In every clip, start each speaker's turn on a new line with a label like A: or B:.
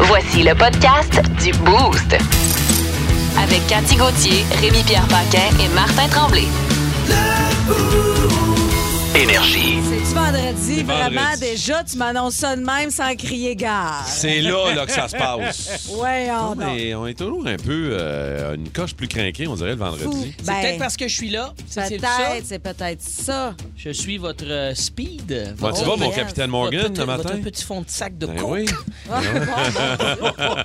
A: Voici le podcast du Boost. Avec Cathy Gauthier, Rémi-Pierre Paquin et Martin Tremblay.
B: Énergie.
C: C'est-tu vendredi,
D: C'est
C: vraiment
D: vendredi.
C: déjà? Tu m'annonces ça de même sans crier gare.
D: C'est là, là que ça se passe.
C: Ouais,
E: Ah,
C: on
D: Mais on est toujours un peu euh, une coche plus crinquée, on dirait, le vendredi.
E: C'est peut-être parce que je suis là. C'est c'est ça.
C: Ben, Peut-être, c'est peut-être ça.
E: Je suis votre euh, speed.
D: Ouais,
E: Votre-
D: tu vas, mon
C: yes.
D: Capitaine
E: votre
D: Morgan,
E: petit-
D: le matin?
E: Votre petit fond de sac de
D: Ben
E: coke.
D: oui. Ah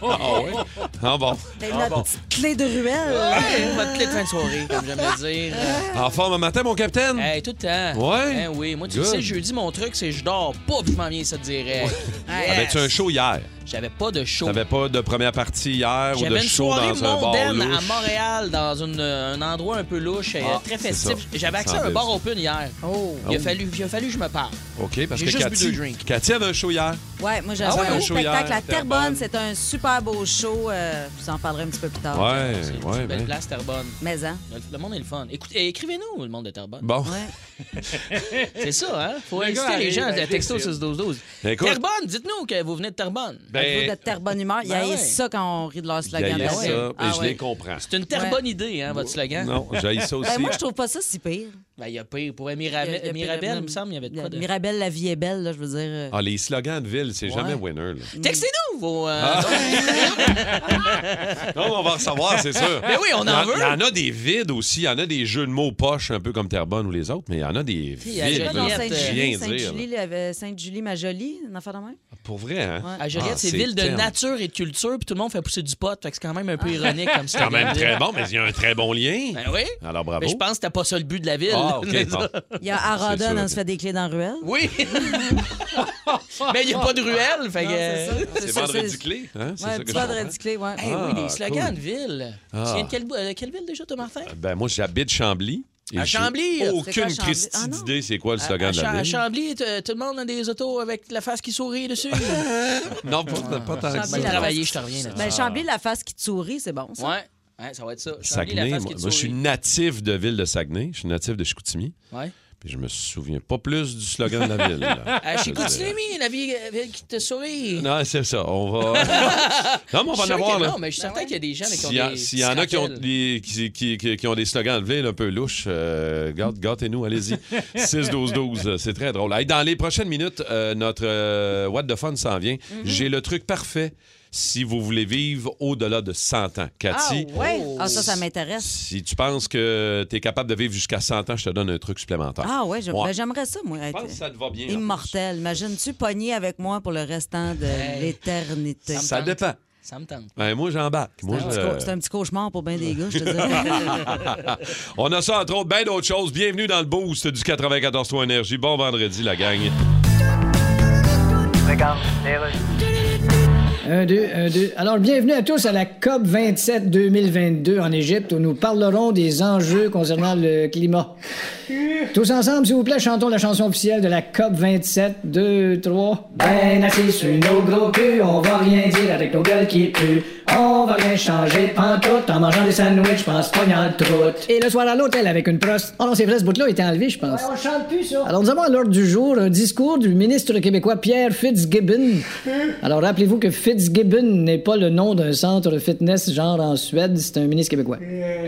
D: oui. Ah bon.
C: C'est Ben, notre petite clé de ruelle.
E: Ouais, Votre clé de fin de soirée, comme j'aime le dire.
D: En forme un matin, mon Capitaine?
E: Hey, tout le temps.
D: Ouais.
E: Hein, oui. Moi, tu
D: Good.
E: sais, jeudi, mon truc, c'est je dors pas, puis je m'en viens ça direct. Yes.
D: Avais-tu ben, un show hier?
E: J'avais pas de show.
D: T'avais pas de première partie hier ou de
E: J'avais une
D: show
E: soirée
D: dans un bar
E: mondaine à
D: louche?
E: Montréal, dans une, euh, un endroit un peu louche, euh,
D: Ah,
E: très
D: c'est
E: festif.
D: ça.
E: J'avais accès
D: Ça
E: à un
D: en
E: bar
D: fait.
E: open hier.
C: Oh.
E: Il, a fallu, il a fallu que je me parle.
D: OK, parce
E: J'ai
D: que
E: juste bu
D: Cathy,
E: deux drinks.
D: Cathy avait un show hier.
C: Ouais, moi j'avais
D: Ah ouais,
C: un
D: un
C: beau
D: show hier,
C: spectacle à
D: Terrebonne.
C: Terrebonne. C'est un super beau show. euh, je vous en parlerai un petit peu plus tard.
D: Ouais,
E: Ah, C'est une petite
D: ouais,
E: belle
D: ben.
E: place, Terrebonne.
C: Mais hein?
E: Le, le monde est le fun. Écoutez, écrivez-nous, le monde de Terrebonne.
D: Bon.
E: C'est ça, hein? Faut
F: gars
E: inciter les
F: arrive,
E: gens à
F: ben,
E: texto
F: décide.
E: 6 12 12
D: Ben, Écoute.
E: Terrebonne, dites-nous que vous venez de Terrebonne.
C: Vous
D: Ben,
C: de terre bonne humeur. Il y
E: Ben
C: a
E: ouais.
C: ça quand on rit de leur slogan.
D: j'haïs
C: Ben
D: ça,
C: ouais.
D: et
C: Ah
D: je
C: ouais.
D: les comprends.
E: C'est une Terrebonne idée, hein, votre slogan?
D: Non, j'ai ça aussi.
C: Ben, moi, je trouve pas ça si pire.
E: Ben, il y a pire. Pour
C: Il y a- il y
E: Mirabelle,
C: a pire,
E: Mirabelle,
C: même-
E: il me semble, il y avait de quoi de...
C: Mirabelle, la vie est belle, là, je veux dire. euh,
D: Ah, les slogans de ville, c'est jamais winner. Là.
E: Textez-nous vos... euh,
D: Ah. Non, mais Oh, on va en savoir, c'est sûr.
E: Ben oui, on en
D: Il y
E: veut.
D: Il y en a des vides aussi. Il y en a des jeux de mots poches, un peu comme Terrebonne ou les autres, mais il y en a des
E: il y a
D: vides.
C: pas
E: Juliette,
C: dans
E: euh,
D: Rien
C: Sainte-Julie,
D: dire.
C: Sainte-Julie, là, avait Sainte-Julie, ma jolie, un affaire de même.
D: Pour vrai, hein?
C: Ouais.
E: À Joliette,
D: Ah,
E: c'est
D: c'est
E: ville de
D: terne.
E: nature et de culture, puis tout le monde fait pousser du pot. Fait que c'est quand même un
C: Ah.
E: peu ironique comme ça.
D: Quand même très bon, mais il y a un très bon lien.
E: Ben oui.
D: Alors, bravo.
E: Mais je pense que c'était pas ça le but de la ville.
D: Ah, OK, bon.
C: Il y a
D: C'est
C: Arada,
D: ça.
C: on se fait des clés dans la ruelle.
E: Oui. Mais il n'y a pas de ruelle. Fait que...
D: C'est vendredi clé, hein? C'est ça
C: Ouais,
D: que
C: tu
D: je
C: vas
D: comprends.
C: vendredi clé, ouais.
E: Eh oui,
D: Ah,
E: des slogans
D: cool.
E: de ville.
D: Ah.
E: Tu viens de quelle, euh, quelle ville déjà, Thomas Martin?
D: Ben, moi, j'habite Chambly. et
E: À
D: j'ai
E: Chambly, euh,
C: c'est quoi,
D: Aucune
C: Chambly?
D: Christie
C: Ah, non.
D: d'idée, c'est quoi le slogan
E: à,
D: de la
E: Cha- à
D: ville?
E: Chambly, t- euh, tout le monde a des autos avec la face qui sourit dessus.
D: Non, pas, pas tant que
C: Chambly,
D: ça.
E: Bien
C: la
E: travaillé,
C: face-
E: je te reviens là-dessus.
C: Ben, Chambly, la face qui te sourit, c'est bon, ça.
E: Ouais. Ouais, ça va être ça. Chambly, la
D: Saguenay,
E: face
D: moi,
E: qui te
D: moi, je suis
E: sourit.
D: natif de ville de Saguenay. Je suis natif de Chicoutimi.
E: Ouais.
D: Puis je me souviens pas plus du slogan de la ville. là.
E: À
D: Je dirais.
E: Chicoutimi, la vie, la ville qui te sourit.
D: Non, c'est ça. On va. Ah. non, mais on
E: Je
D: va en
E: suis sûr
D: avoir,
E: que-
D: là.
E: Non, mais je suis
C: Ben
E: certain qu'il y a des gens là, qui ont
D: S'il y, a-
E: des
D: s'il y en a qui ont,
E: petits
D: des, qui, qui- qui- qui ont des slogans de ville un peu louches, euh, gâte- gâtez-nous, allez-y. 6-12-12, euh, c'est très drôle. Hey, dans les prochaines minutes, euh, notre euh, What the Fun s'en vient.
E: Mm-hmm.
D: J'ai le truc parfait si vous voulez vivre au-delà de 100 ans.
C: Ah,
D: Cathy,
C: ouais. Ah, ça, ça m'intéresse.
D: si tu penses que tu es capable de vivre jusqu'à 100 ans, je te donne un truc supplémentaire.
C: Ah, ouais, je-
D: Ouais.
C: ben, j'aimerais ça, moi.
D: Je
C: Être
D: pense que ça te va bien. en
C: immortel. Imagine-tu pogné avec moi pour le restant de
E: Hey.
D: plus.
C: l'éternité.
E: me
D: Ça
E: tente.
D: dépend. Euh,
E: Ça me tente.
D: Ben, moi, j'embarque. Moi,
C: C'est un
D: je-
C: petit co- C'est un petit cauchemar pour bien des gars, je te dis.
D: On a ça, entre autres, bien d'autres choses. Bienvenue dans le boost du 94-3 Énergie. Bon vendredi, la gang.
F: Un, deux, un, deux. Alors, bienvenue à tous à la COP 27 2022 en Égypte où nous parlerons des enjeux concernant le climat. Tous ensemble, s'il vous plaît, chantons la chanson officielle de la COP 27, 2, 3. Ben assis sur nos gros culs, on va rien dire avec nos gueules qui puent. On va rien changer pantoute en mangeant des sandwichs, pense pas en troute. Et le soir à l'hôtel avec une prost. Oh non, c'est vrai, ce bout-là a été enlevé, je pense. on chante plus, ça. Alors, nous avons à l'ordre du jour un discours du ministre québécois Pierre Fitzgibbon. Alors, rappelez-vous que Fitzgibbon n'est pas le nom d'un centre fitness genre en Suède, c'est un ministre québécois.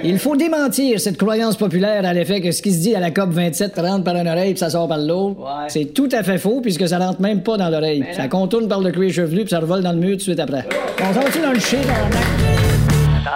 F: Il faut démentir cette croyance populaire à l'effet que ce qui se dit à la COP 27 rentre par une oreille puis ça sort par l'autre. C'est tout à fait faux puisque ça rentre même pas dans l'oreille. Ça contourne par le cuir chevelu puis ça revole dans le mur tout de suite après. On s'en fout dans le shit, on a-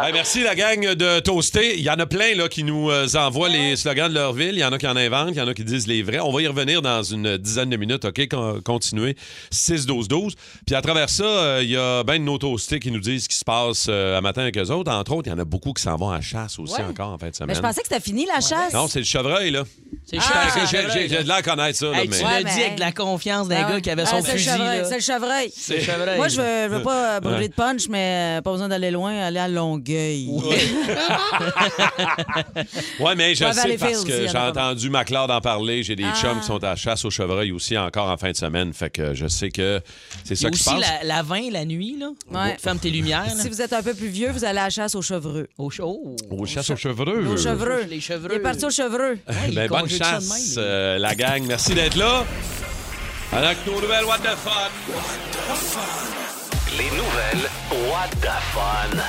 D: Hey, merci la gang de Toasté. Il y en a plein là, qui nous euh, envoient les slogans de leur ville. Il y en a qui en inventent, il y en a qui disent les vrais. On va y revenir dans une dizaine de minutes, OK? Con- continuez. 6-12-12. Puis à travers ça, euh, il y a bien de nos toastés qui nous disent ce qui se passe euh, à matin avec eux autres. Entre autres, il y en a beaucoup qui s'en vont à la chasse aussi
C: Ouais.
D: encore en fin de semaine.
C: Mais je pensais que c'était fini la chasse.
D: Non, c'est le chevreuil, là.
E: C'est
D: Ah,
E: cher.
D: j'ai- j'ai j'ai de l'air à connaître ça, là,
E: Hey,
D: mais...
E: tu
C: Ouais,
E: l'as
C: mais
E: dit
C: hey.
E: avec la confiance d'un
C: Ah ouais.
E: gars qui avait
C: Ah,
E: son
C: c'est le
E: fusil.
C: chevreuil,
E: là.
C: C'est le chevreuil.
E: C'est le chevreuil.
C: Moi, je veux, je veux pas euh, brûler de punch, mais euh, pas besoin d'aller loin, aller à Longueuil.
D: Ouais, mais je
C: Ouais,
D: sais
C: Valleyfield
D: parce
C: aussi, il
D: que
C: y
D: j'ai
C: en a pas mal.
D: entendu McLeod en parler. J'ai des chums qui sont à la chasse au chevreuil aussi encore en fin de semaine. Fait que je sais que c'est
E: Il y
D: ça
E: a
D: qui se
E: aussi
D: passe.
E: la, la 20, la nuit, là.
C: Ouais.
E: Ferme tes lumières. là.
C: Si vous êtes un peu plus vieux, vous allez à la chasse aux chevreux.
E: Au chaud.
D: Au chasse au chevreuil.
C: Aux chevreux.
E: Les chevreux.
C: Il est parti aux chevreux.
E: Ouais, il
D: Ben, bonne
E: conjugue ça de
D: chasse,
E: même, lui.
D: euh, la gang. Merci d'être là. Avec nos nouvelles What the Fun.
B: Les nouvelles, what the fun.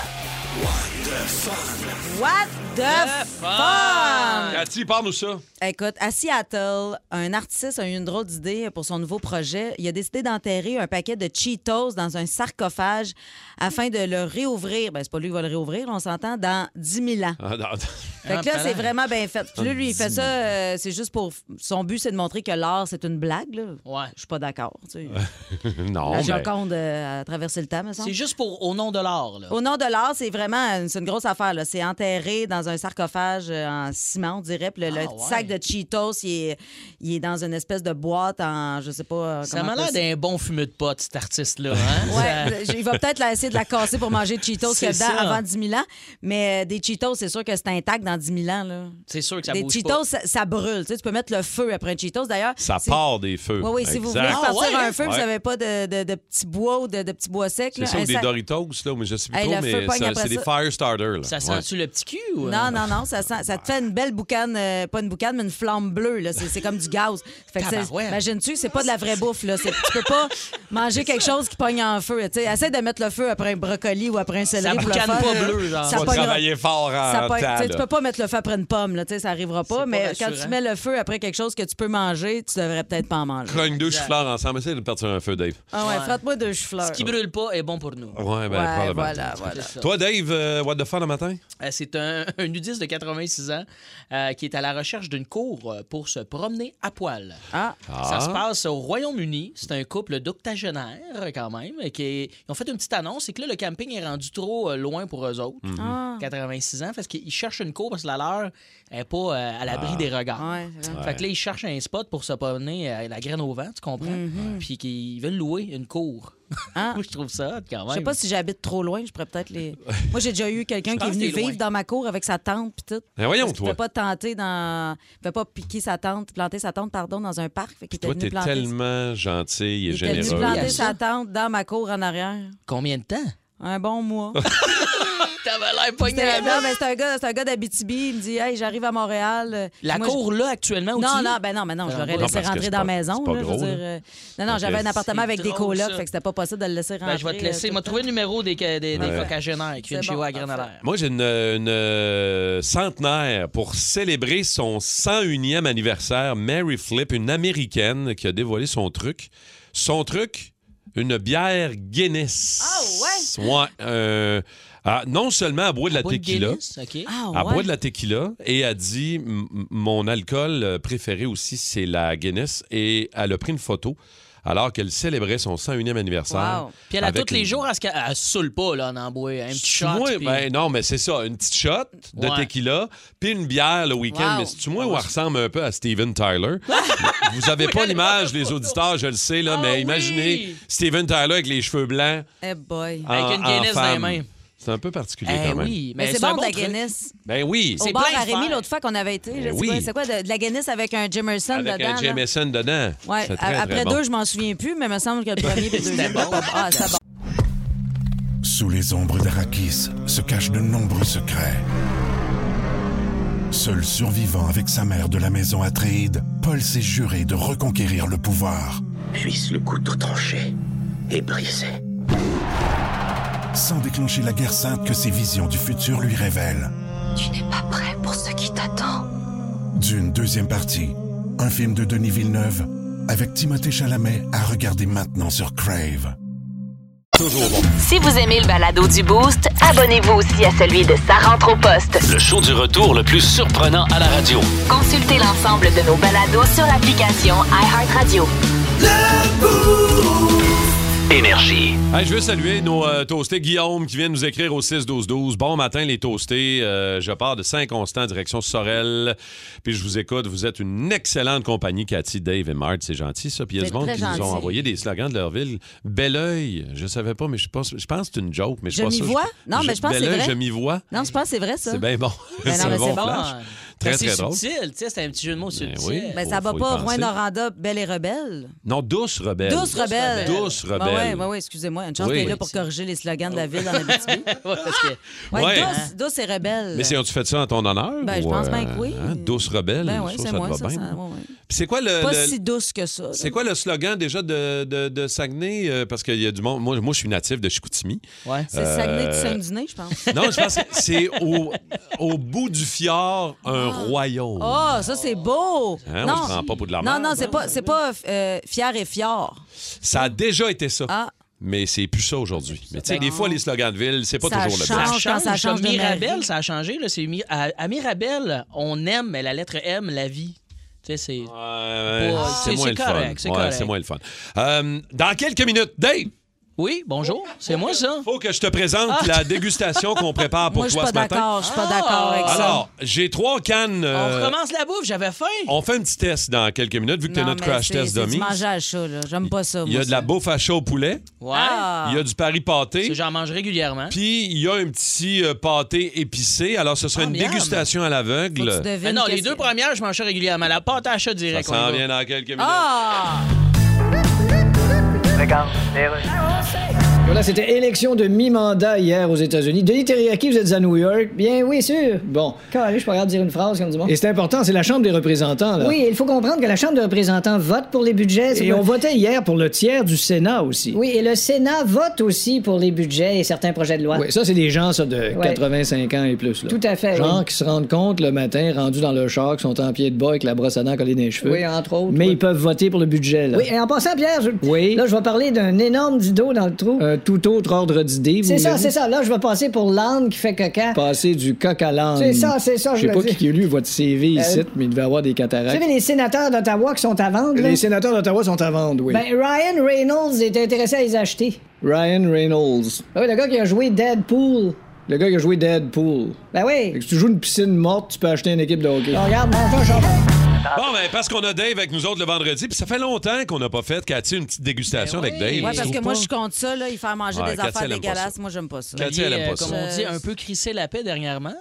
C: What the fun!
D: Cathy, parle-nous ça.
C: Écoute, à Seattle, un artiste a eu une drôle d'idée pour son nouveau projet. Il a décidé d'enterrer un paquet de Cheetos dans un sarcophage afin de le réouvrir. Ben, c'est pas lui qui va le réouvrir, on s'entend, dans 10 000 ans.
D: Ah, non, non.
C: Fait
E: ben
C: que là, c'est vraiment bien fait. Puis là, lui, il fait ça, euh, c'est juste pour. Son but, c'est de montrer que l'art, c'est une blague, là.
E: Ouais.
C: Je suis pas d'accord, tu sais.
D: Euh, Non,
C: La
D: mais-
C: Joconde euh, a traversé le temps, me semble.
E: C'est juste pour au nom de l'art, là.
C: Au nom de l'art, c'est vraiment une, c'est une grosse affaire. là. C'est enterré dans un sarcophage euh, en ciment, on dirait. Puis le, le
E: Ah,
C: petit
E: ouais.
C: sac de Cheetos, il est, il est dans une espèce de boîte en, je sais pas. euh,
E: Ça
C: comment
E: m'a l'air
C: appeler
E: d'un bon fumeux de pote, cet artiste-là. Hein? Ça-
C: Ouais, il va peut-être la- essayer de la casser pour manger de Cheetos qu'il y a
E: C'est
C: dedans
E: ça.
C: avant 10 000 ans. Mais euh, des Cheetos, c'est sûr que c'est intact dans 10 000 ans. Là.
E: C'est sûr que ça
C: des
E: bouge
C: Cheetos,
E: pas.
C: Ça, ça brûle. Tu, sais, tu peux mettre le feu après un Cheetos. D'ailleurs,
D: Ça
C: c'est-
D: part des feux.
C: Oui, oui, si vous voulez
D: Exact. Ah,
C: partir
E: ouais,
C: un
E: hein?
C: feu, vous
D: Ouais.
C: n'avez pas de, de, de petits bois ou de, de petits bois secs.
D: C'est
C: là,
D: ça,
C: un
D: ou des
C: sac-
D: Doritos, là, ou je sais plus
C: Hey,
D: trop,
C: le feu
D: mais
C: pogne
D: ça-
C: après
D: c'est des
C: ça.
D: fire starters. Là.
E: Ça
D: Ouais.
E: sent-tu le petit cul? ou, euh?
C: Non, non, non, ça, sent- ça te fait une belle boucane, euh, pas une boucane, mais une flamme bleue. là. C'est c'est comme du gaz. Fait que c'est-
E: Tabarouette.
C: Imagines-tu, c'est pas de la vraie bouffe. Là. C'est- Tu peux pas manger quelque chose qui pogne en feu. Tu sais, essaie de mettre le feu après un brocoli ou après un céleri pour le
E: boucane
C: fun.
E: pas bleu, genre.
C: Ça
D: Faut
C: pognera-
D: travailler fort en
G: Ah,
C: ça pogne-
D: temps,
C: tu sais, tu
D: là.
C: peux pas mettre le feu après une pomme, là, tu sais, ça arrivera pas,
E: pas
C: mais quand
E: rassurant.
C: tu mets le feu après quelque chose que tu peux manger, tu devrais peut-être pas en manger.
D: Cogne deux chou-fleurs ensemble. Essaye de partir un feu, Dave.
C: Ah ouais,
E: Ouais.
C: frotte-moi deux chou-fleurs.
E: Ce qui brûle pas est bon pour nous.
D: Ouais, ben,
C: Ouais,
D: probablement.
C: voilà, voilà.
E: C'est ça.
D: Toi, Dave, euh, what the fun le matin?
E: Euh, C'est un, un nudiste de 86 ans euh, qui est à la recherche d'une cour euh, pour se promener à poil.
C: Ah,
D: Ah.
E: Ça se passe au Royaume-Uni. C'est un couple d'octogénaires, euh, quand même, euh, qui est- ils ont fait une petite annonce. C'est que là, le camping est rendu trop euh, loin pour eux autres.
C: Ah.
E: 86 ans, parce qu'ils cherchent une cour parce que la leur n'est pas euh, à l'abri des regards.
C: Ouais, c'est vrai.
E: Fait que là, ils cherchent un spot pour se promener à la graine au vent, tu comprends? Puis qu'ils veulent louer une cour.
C: Mhm. Ah.
E: Moi, je trouve ça hot, quand même.
C: Je sais pas si j'habite trop loin, je pourrais peut-être les. Moi, j'ai déjà eu quelqu'un qui est
E: pense
C: venu
E: que t'es
C: vivre
E: loin.
C: dans ma cour avec sa tante puis tout.
D: Ben voyons,
C: Parce qu'il
D: toi.
C: pouvait pas tenter dans. Il pouvait pas piquer sa tante, planter sa tante, pardon, dans un parc. Fait qu'il était
D: Toi,
C: venu
D: t'es
C: planter.
D: tellement gentil et
C: Il était venu
D: généreux.
C: planter
E: à ça.
C: sa tante dans ma cour en arrière.
E: Combien de temps?
C: Un bon mois.
E: T'avais l'air
C: C'était- non, mais c'est un gars, c'est un gars d'Abitibi. Il me dit Hey, j'arrive à Montréal. euh,
E: La
C: Moi, je-
E: cour, là, actuellement, où
C: Non,
E: tu
C: non,
E: vis?
C: ben non, mais non, je
E: Non,
C: l'aurais
E: non,
C: laissé
D: Ah, parce que
C: rentrer
D: c'est
C: dans
D: pas-
C: la maison.
D: c'est pas
C: là, je veux
D: gros,
C: dire,
D: là.
C: euh, non, non,
D: Ok.
C: j'avais un appartement
E: C'est
C: avec des
E: drôle,
C: colocs,
E: ça.
C: fait que c'était pas possible de le laisser rentrer.
E: Ben, je vais te laisser.
C: euh,
E: M'a
C: tout
E: trouvé le numéro des, des, des
D: Ouais.
E: focagénaires qui
C: C'est
E: viennent chez
C: bon,
E: vous à Grande
C: parfait.
D: Moi, j'ai une, une, euh, centenaire pour célébrer son 101e anniversaire. Mary Flip, une Américaine qui a dévoilé son truc. Son truc, une bière Guinness. Ah ouais? euh, ah, non seulement à boire de la tequila.
E: OK.
C: le-
D: Elle
C: Ah,
D: boit
C: ouais.
D: de la tequila et a dit M- m- mon alcool euh, préféré aussi c'est la Guinness et elle a pris une photo alors qu'elle célébrait son 101e anniversaire.
C: Wow.
E: Puis elle a
D: avec
E: tous les
D: une-
E: jours, à ce qu'elle elle se saoule pas, là, en emboît. Un petit shot.
D: Moi,
E: puis-
D: ben non, mais c'est ça, une petite shot de
E: Ouais. Ah,
D: tequila, puis une bière le week-end.
C: Wow.
D: Mais c'est-tu moi où elle ressemble un peu à Steven Tyler? Vous avez pas l'image, les auditeurs, je le sais, là,
E: Ah
D: mais
E: oui!
D: imaginez Steven Tyler avec les cheveux blancs.
C: Eh boy.
D: en-
E: Avec une
D: en
E: Guinness dans les
D: femme.
E: mains.
D: C'est un peu particulier
E: Eh
D: quand même.
E: oui,
C: Mais c'est
E: un
C: bon de la
E: truc.
C: Guinness.
D: Ben oui,
C: Au
E: C'est
C: bar
E: plein
C: à
E: de
C: Rémi
E: fer.
C: l'autre fois qu'on avait été. je
D: Eh
C: sais
D: oui.
C: pas, C'est quoi de, de la Guinness avec un Jamerson
D: avec
C: dedans?
D: un
C: là?
D: Jameson dedans.
C: Ouais,
D: C'est très,
C: a-
D: très
C: après
D: bon. hein?
C: deux, je m'en souviens plus, mais il me semble que le premier et le deuxième.
E: bon.
C: Ah, c'était bon.
H: Sous les ombres d'Arakis se cachent de nombreux secrets. Seul survivant avec sa mère de la maison Atréide, Paul s'est juré de reconquérir le pouvoir.
I: puisse le couteau tranché et brisé.
H: sans déclencher la guerre sainte que ses visions du futur lui révèlent.
J: Tu n'es pas prêt pour ce qui t'attend.
H: D'une deuxième partie, un film de Denis Villeneuve avec Timothée Chalamet à regarder maintenant sur Crave.
D: Toujours bon.
A: Si vous aimez le balado du Boost, abonnez-vous aussi à celui de Sa rentre au poste.
B: Le show du retour le plus surprenant à la radio.
A: Consultez l'ensemble de nos balados sur l'application iHeartRadio.
B: Énergie.
D: Hey, je veux saluer nos euh, toastés Guillaume qui vient nous écrire au 6-12-12. Bon matin, les toastés. Euh, je pars de Saint-Constant, direction Sorel. Puis je vous écoute. Vous êtes une excellente compagnie, Cathy, Dave et Mart. C'est gentil, ça. Puis il y a
C: C'est
D: du monde
C: très
D: qui nous ont
C: gentil.
D: envoyé des slogans de leur ville. Bel oeil. Je savais pas, mais je pense, je pense que c'est une joke. Mais je,
C: Je
D: suis pas
C: m'y
D: sûr.
C: vois. Non, mais je pense que c'est
D: Bel Oeil,
C: vrai.
D: je m'y vois.
C: Non, je pense que c'est vrai, ça.
D: C'est bien bon.
C: Ben non,
D: c'est un
C: mais
D: bon
C: c'est bon.
D: flash. Très,
E: c'est
D: très drôle.
E: subtil, tu sais, c'est un petit jeu de mots subtil.
D: oui.
C: Ben,
D: Faut-
C: ça va
D: faut y
C: pas.
D: penser.
C: Rouen Noranda, belle et rebelle.
D: Non, douce rebelle.
C: Douce rebelle. Ben Bah
D: Douce rebelle.
C: Oui, oui, excusez-moi. Une chance
D: Oui.
C: t'es là pour corriger les slogans de la ville dans la BTB.
E: Parce que-
C: Ouais,
D: Ouais.
C: Douce, douce et rebelle.
D: Mais si tu fait ça en ton honneur?
C: Ben, je
D: ou,
C: pense
D: euh,
C: bien que oui.
D: hein, douce rebelle.
C: Ben
D: je
C: oui,
D: trouve
C: c'est
D: ça te
C: moi,
D: va
C: ça.
D: bien.
C: ça, ouais, ouais.
D: Puis C'est quoi le,
C: Pas
D: le-
C: si douce que ça. là.
D: c'est quoi le slogan déjà de, de, de Saguenay? Euh, parce qu'il y a du monde. Moi, moi, je suis natif de Chicoutimi. Euh,
E: Ouais.
C: C'est Saguenay du Saguenay, je pense.
D: Non, je pense que c'est au, au bout du fjord, un royaume.
C: Oh, ça, c'est beau!
D: Hein, on se prend pas pour de la
C: Non,
D: merde, hein?
C: non, c'est pas, c'est pas euh, fier et fior.
D: Ça a déjà été ça.
C: Ah.
D: Mais c'est plus ça aujourd'hui. Mais tu sais, des fois, les slogans de ville, c'est pas
C: Ça
D: toujours le
E: Ça
D: même.
C: change.
E: change,
C: quand ça
E: ça
C: change de
E: Mirabelle,
C: mairie.
E: ça a changé. Là, c'est Mi- à, à Mirabelle, on aime, mais la lettre M, la vie. Tu sais, c'est.
D: Ouais,
E: Pas-
D: Euh, c'est
E: c'est-
D: moins
E: c'est
D: le
E: correct, c'est
D: fun. Ouais,
E: correct.
D: c'est moins le fun. Euh, dans quelques minutes, Dave,
E: Oui, bonjour, c'est moi ça.
D: faut que je te présente
E: Ah!
D: la dégustation qu'on prépare pour
C: Ah. Moi, je suis
D: toi
C: pas
D: ce matin. Ah.
C: d'accord. Je suis pas d'accord avec ça.
D: Alors, j'ai trois cannes. euh,
E: On recommence Ah! la bouffe, j'avais faim.
D: on fait un petit test dans quelques minutes, vu que tu
C: Non,
D: notre
C: mais
D: crash
C: c'est-
D: test
C: c'est
D: dummy.
C: du manger à chaud, là. J'aime pas ça.
D: Il y a
C: moi,
D: de la
C: ça.
D: bouffe à chaud au poulet,
E: Ouais.
C: Ah!
D: il y a du pari
E: Parce
D: pâté,
E: que J'en mange régulièrement.
D: puis il y a un petit euh, pâté épicé. Alors, ce sera
E: Ah,
D: une
E: miam.
D: dégustation à
C: Faut que tu
D: l'aveugle.
C: devines
E: Mais non, les
C: qu'est-ce
E: deux
C: que-
E: premières, je mange ça régulièrement. La pâte à chat
D: Ça
E: direct. on y
D: s'en
E: va.
D: vient dans quelques minutes.
C: Ah!
F: Voilà, c'était élection de mi-mandat hier aux États-Unis. Denis Terriaki, vous êtes à New York? Bien, oui, sûr. Bon.
K: Calé, je peux pas dire une phrase comme du monde.
F: Et c'est important, c'est la Chambre des représentants, là.
K: Oui, il faut comprendre que la Chambre des représentants vote pour les budgets. c'est
F: Et
K: pas-
F: on votait hier pour le tiers du Sénat aussi.
K: Oui, et le Sénat vote aussi pour les budgets et certains projets de loi.
F: Oui, ça, c'est des gens, ça, de
K: Ouais.
F: 85 ans et plus, là.
K: Tout à fait,
F: Gens
K: oui.
F: qui se rendent compte le matin, rendus dans leur char, qui sont en pied de bas avec la brosse à dents collée dans les cheveux.
K: Oui, entre autres.
F: Mais
K: oui.
F: ils peuvent voter pour le budget, là.
K: Oui, et en passant, Pierre, je...
F: Oui.
K: là, je vais parler d'un énorme dido dans le trou.
F: Un Euh, tout autre ordre d'idée, vous
K: c'est ça,
F: voulez-vous?
K: c'est ça. Là, je vais passer pour l'âne qui fait caca.
F: Passer du coq à l'âne.
K: C'est ça, c'est ça,
F: Je
K: je
F: sais
K: le
F: pas
K: dis. Euh,
F: qui a lu votre CV ici, mais il devait avoir des
K: Vous savez,
F: cataractes.
K: les sénateurs d'Ottawa qui sont à vendre, là?
F: Les sénateurs d'Ottawa sont à vendre, oui.
K: Ben, Ryan Reynolds est intéressé à les acheter.
F: Ryan Reynolds.
K: Ah Oui, le gars qui a joué Deadpool.
F: Le gars qui a joué Deadpool.
K: Ben
F: Fait
K: oui.
F: que si tu joues une piscine morte, tu peux acheter une équipe de hockey.
K: Regarde, mon chat, j'en-
D: Bon, ben, parce qu'on a Dave avec nous autres le vendredi, puis ça fait longtemps qu'on n'a pas fait, Cathy, une petite dégustation avec Dave.
C: Ben Ouais, parce
D: Je
C: que
D: trouve
C: moi,
D: pas.
C: je compte ça, là, il faire manger
D: Ouais,
C: des
D: Cathy,
C: affaires
D: elle aime pas
C: dégueulasses.
D: ça.
C: Moi, j'aime pas ça.
D: Cathy, elle aime
E: Euh,
D: pas
E: comme
D: ça.
E: on dit, un peu crissé la paix dernièrement.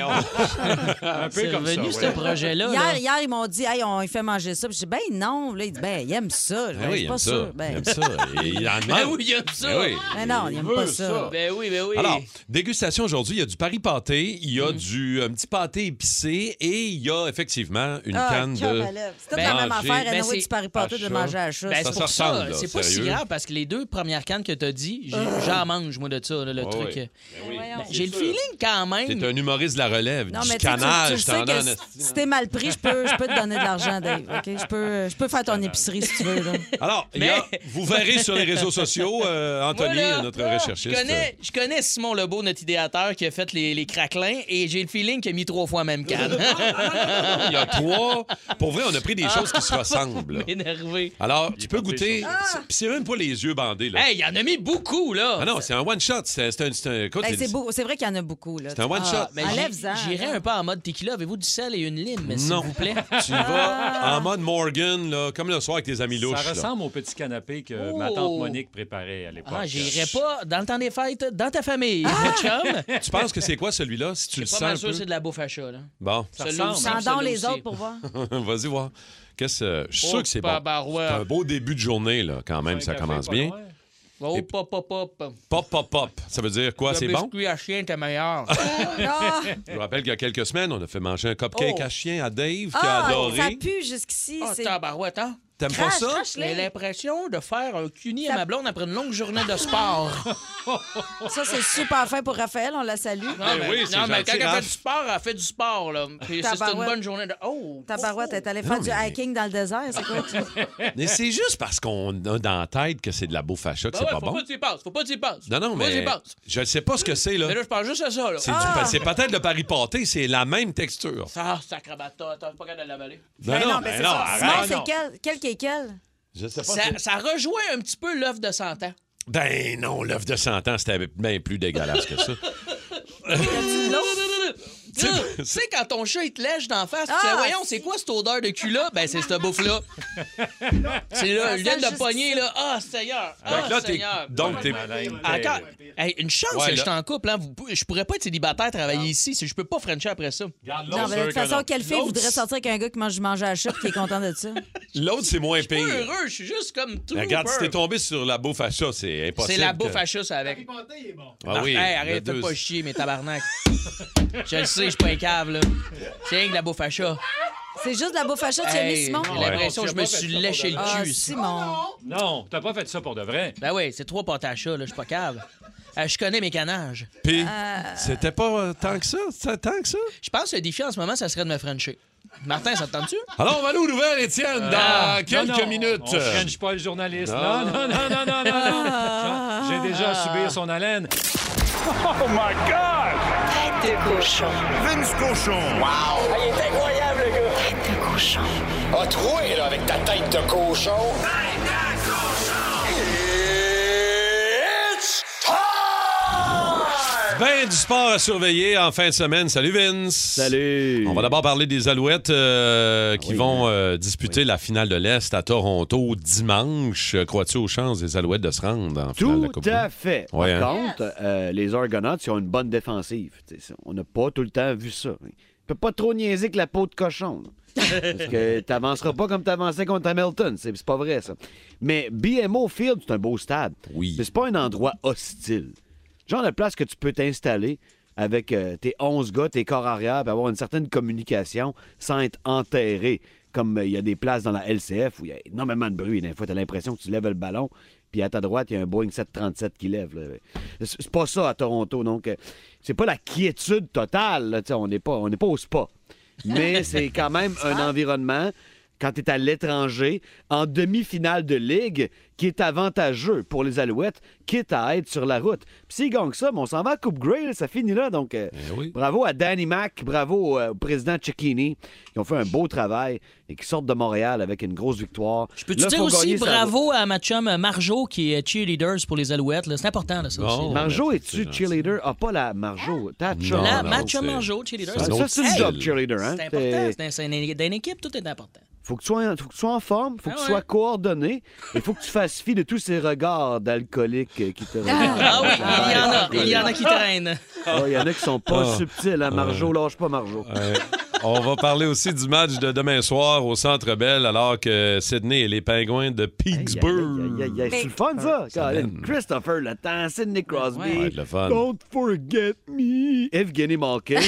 D: Un
E: C'est
D: peu comme ça.
E: revenu
D: ouais.
E: ce projet-là. là.
C: Hier, hier, ils m'ont dit, hey, on lui fait manger ça. Puis j'ai dit, ben non. Là, il dit, ben, il aime ça. Je
D: Ben
C: ben,
D: oui, il
C: suis pas
D: aime ça.
C: sûr.
D: Il
C: Ben,
D: aime ça. Il il en
E: Ah
D: met.
E: oui, il aime ça.
D: Ben oui.
C: Ben non, il aime
D: veut
C: pas ça.
E: Ben oui, ben oui.
D: Alors, dégustation aujourd'hui, il y a du Paris pâté, il y
C: Mm.
D: a du euh, un petit pâté épicé et il y a effectivement une
C: Ah,
D: canne
C: cœur
D: de.
C: à lèvres. C'est toute
D: Ben,
C: la même
D: manger-
C: affaire.
D: Ben,
C: Anyway,
E: c'est
C: tu paries pas
D: à
C: tout de
D: chat.
C: manger à chaud.
E: Ben,
D: ça
E: c'est pour
D: se
E: ça,
D: ressemble, là,
E: c'est pas si
D: sérieux.
E: grave parce que les deux premières cannes que t'as dit, j'ai-
C: Ah.
E: j'en mange, moi, de ça, là, le
D: Ah
E: truc.
D: oui.
E: Ben, J'ai le feeling quand
D: T'es
E: même.
D: un humoriste de la relève,
C: Non,
D: du
C: mais tu sais, tu- tu, le
D: canage,
C: sais
D: t'en as.
C: que si- si t'es mal pris, je peux, je peux te donner de l'argent, Dave. ok? Je, peux, euh, je peux faire ton épicerie si tu veux. Là.
D: Alors, il y a- vous verrez sur les réseaux sociaux, euh, Anthony,
E: Moi, là,
D: notre
E: ah,
D: recherchiste.
E: Je connais, je connais Simon Lebeau, notre idéateur, qui a fait les, les craquelins, et j'ai le feeling qu'il a mis trois fois la même canne. Ah.
D: euh, Il y a trois. Pour vrai, on a pris
C: Ah.
D: des choses qui se ressemblent. là.
E: Énervé.
D: Alors, tu peux goûter. c'est- Puis c'est même pas les yeux bandés, là.
E: Hey, il en a mis beaucoup, là.
D: Ah non, c'est un one-shot. C'est c'est un. C'est un,
E: Ben,
D: écoute,
C: Hey,
D: c'est-
C: c'est beau- c'est vrai qu'il y en a beaucoup. là.
D: c'est un one-shot.
E: Ah, mais j'ai-
C: Enlève-en,
E: J'irai
C: là.
E: un peu en mode tequila. Avez-vous du sel et une lime, s'il
D: Non.
E: vous plaît?
D: Tu y
E: Ah!
D: vas en mode Morgan, là, comme le soir avec tes amis louches.
L: Ça
D: là.
L: ressemble au petit canapé que
E: Oh!
L: ma tante Monique préparait à l'époque.
E: Ah, j'irai pas dans le temps des fêtes, dans ta famille, mon chum.
D: Tu penses que c'est quoi celui-là, si Ah! tu le
E: Pas
D: sens
E: mal
D: un
E: sûr que
D: peu?
E: c'est de la bouffe à chat, là.
D: Bon,
L: Ça ressemble.
E: Celui-là
L: hein.
E: aussi,
C: J'en
E: celui-là
C: donne les
E: aussi.
C: autres pour voir.
D: vas-y voir. Qu'est-ce que... Je suis sûr
E: Oh,
D: que c'est bon.
E: tabarouette.
D: C'est un beau début de journée, là, quand même, ça
L: café,
D: commence
L: pas
D: bien.
L: loin.
E: Oh,
D: Et-
E: pop, pop, pop.
D: Pop, pop, pop. Ça veut dire quoi,
E: Le
D: c'est bon?
E: biscuit à chien, t'es meilleur. Oh,
C: Ah,
D: Je vous rappelle qu'il y a quelques semaines, on a fait manger un cupcake
E: Oh.
D: à chien à Dave, qui a
C: ah, ça
D: adoré.
C: pue jusqu'ici.
E: Ah,
C: c'est-
E: tabarouette, hein?
D: T'aimes pas ça?
E: J'ai l'impression de faire un cuni à ma blonde après une longue journée de sport.
C: Ça, c'est super fin pour Raphaël, on la salue.
E: Non,
D: Ben
E: mais, non, mais quand elle fait du sport, elle fait du sport. Là. Puis c'est une
C: Tabarouette.
E: bonne journée de. Oh!
C: Ta barouette est allée faire du hiking dans le désert, c'est quoi? tu-
D: Mais c'est juste parce qu'on a dans la tête que c'est de la bouffe à chat
E: Ben
D: que c'est
E: ouais,
D: pas
E: faut
D: bon.
E: pas que tu y passes, faut pas que tu y passes.
D: Non, non,
E: Moi, j'y
D: mais
E: passe.
D: je ne sais pas ce que c'est, là.
E: Mais là, je pense juste à ça. Là.
D: C'est du-
C: Ah.
D: c'est peut-être le pari pâté, c'est la même texture.
E: Ah, sacrabata, t'as pas capable de l'avaler.
D: Non, non, mais non,
C: Simon,
D: arrête.
C: Ben c'est quel, quel qui est quel?
D: Je sais pas.
E: Ça,
D: c'est-
E: ça rejoint un petit peu l'œuf de 100 ans.
D: Ben non, l'œuf de 100 ans, c'était bien plus dégueulasse que ça.
E: Tu sais, quand ton chat, il te lèche d'en face, tu
C: Ah!
E: fais, voyons, c'est quoi cette odeur de cul-là? Ben, c'est cette bouffe-là. c'est là,
C: Ça
E: il
C: sent
E: vient de
C: juste
E: pogner, là. Ah, Seigneur! Ah,
D: Donc là, t'es-
E: Seigneur!
D: donc, t'es-
E: Encore, Hey, une chance
D: Ouais,
E: que je
D: là.
E: suis en couple. Hein. Vous pouvez- je pourrais pas être célibataire, travailler ici. si Je peux pas Frencher après ça.
C: Non, mais de toute façon, quelle fille voudrait sortir avec un gars qui mange du manger à chat qui est content de ça?
D: L'autre, c'est moins
E: Je suis pas
D: pire.
E: heureux, je suis juste comme tout.
D: Mais regarde, si t'es tombé sur la bouffe à chat, c'est impossible.
E: C'est la
D: que-
E: bouffe à chus avec.
D: Ah oui,
E: Hey,
D: le
E: arrête, fais
D: deux-
E: pas chier, mes tabarnak. je le sais, je suis pas un cave, là. C'est rien que la bouffe à chat.
C: C'est juste de la bouffe à chat, tu as mis
E: Hey,
C: Simon?
E: J'ai l'impression
L: Non,
E: que je
L: tu
E: me
L: as pas
E: suis
L: fait ça
E: léché
L: pour de
C: Ah,
E: le cul. ici.
C: Simon.
L: Non, t'as pas fait ça pour de vrai.
E: Ben oui, c'est trois pâtes à chat, là, je suis pas cave. Euh, je connais mes canages.
D: Puis, c'était pas euh, tant que ça, ça- tant que ça.
E: Je pense que le défi en ce moment, ça serait de me frencher. Martin, ça te tente-tu?
D: Alors, on va aller aux nouvelles, Étienne, dans quelques
L: Euh, non, non,
D: minutes.
L: On ne french pas le journaliste. Non, non, non, non, non, non. non. J'ai déjà
E: Ah.
L: à subir son haleine.
H: Oh Vince Cochon.
I: A troué, là, avec ta tête de cochon.
D: Ben du sport à surveiller en fin de semaine. Salut Vince.
G: Salut. Ah
D: On va d'abord parler des Alouettes euh, qui vont euh, disputer la finale de l'Est à Toronto dimanche. Euh, Crois-tu aux chances des Alouettes de se rendre en finale de la
G: Tout
D: Coupe?
G: à fait. Par
D: Ouais, hein?
G: contre, euh, les Argonauts, ils ont une bonne défensive. T'sais, ça, on n'a pas tout le temps vu ça. Tu peux pas trop niaiser que la peau de cochon. là. Parce que t'avanceras pas comme t'avançais contre Hamilton. C'est c'est pas vrai, ça. Mais BMO Field, c'est un beau stade.
D: Oui.
G: Mais c'est pas un endroit hostile. Genre de place que tu peux t'installer avec euh, tes 11 gars, tes corps arrière, puis avoir une certaine communication sans être enterré. Comme euh, il y a des places dans la LCF où il y a énormément de bruit. Des fois, t'as l'impression que tu lèves le ballon, puis à ta droite, il y a un Boeing 737 qui lève. là. C'est c'est pas ça à Toronto. Donc, euh, c'est pas la quiétude totale. là. Tu sais, On n'est pas, on n'est pas au spa. Mais c'est quand même un environnement quand tu es à l'étranger, en demi-finale de Ligue, qui est avantageux pour les Alouettes, quitte à être sur la route. Puis s'ils gagnent ça, ben, on s'en va à Coupe Grey, là, ça finit là. Donc, euh,
D: Eh
G: bravo à Danny Mac, bravo euh, au président Cecchini, qui ont fait un beau travail et qui sortent de Montréal avec une grosse victoire. Je
E: Peux-tu dire aussi bravo à ma chum euh, Marjo qui est cheerleaders pour les Alouettes? là? C'est important, là, ça
D: Bon.
E: aussi. là.
G: Marjo,
D: Ouais,
G: es-tu
D: c'est
G: cheerleader? Ah, pas la Marjo, ta chum.
D: Non,
E: La
D: non,
E: ma
D: c'est-
E: chum Marjo, cheerleader.
D: c'est
E: c'est-
D: un
G: Ça, c'est une
D: Hey!
G: job cheerleader. Hein?
E: C'est
G: T'es-
E: important. C'est un- Dans une équipe, tout est important.
G: faut que tu sois, faut que tu sois en forme, faut
E: Ah
G: que tu
E: ouais.
G: sois coordonné, il faut que tu fasses fi de tous ces regards d'alcooliques euh, qui te regardent.
E: Ah oui, il y en a. Il y en a qui traînent.
G: Ah, Il y en a qui sont pas
D: Ah.
G: subtils, hein, Marjo, lâche pas Marjo.
D: Euh, on va parler aussi du match de demain soir au Centre Bell alors que Sydney et les Pingouins de Pittsburgh.
G: Aïe, aïe, aïe, aïe, C'est le fun, ça! Colin. Christopher Latin, Sidney
D: Ça va
G: Crosby.
D: être le fun.
G: Don't forget me. Evgeny Malkin.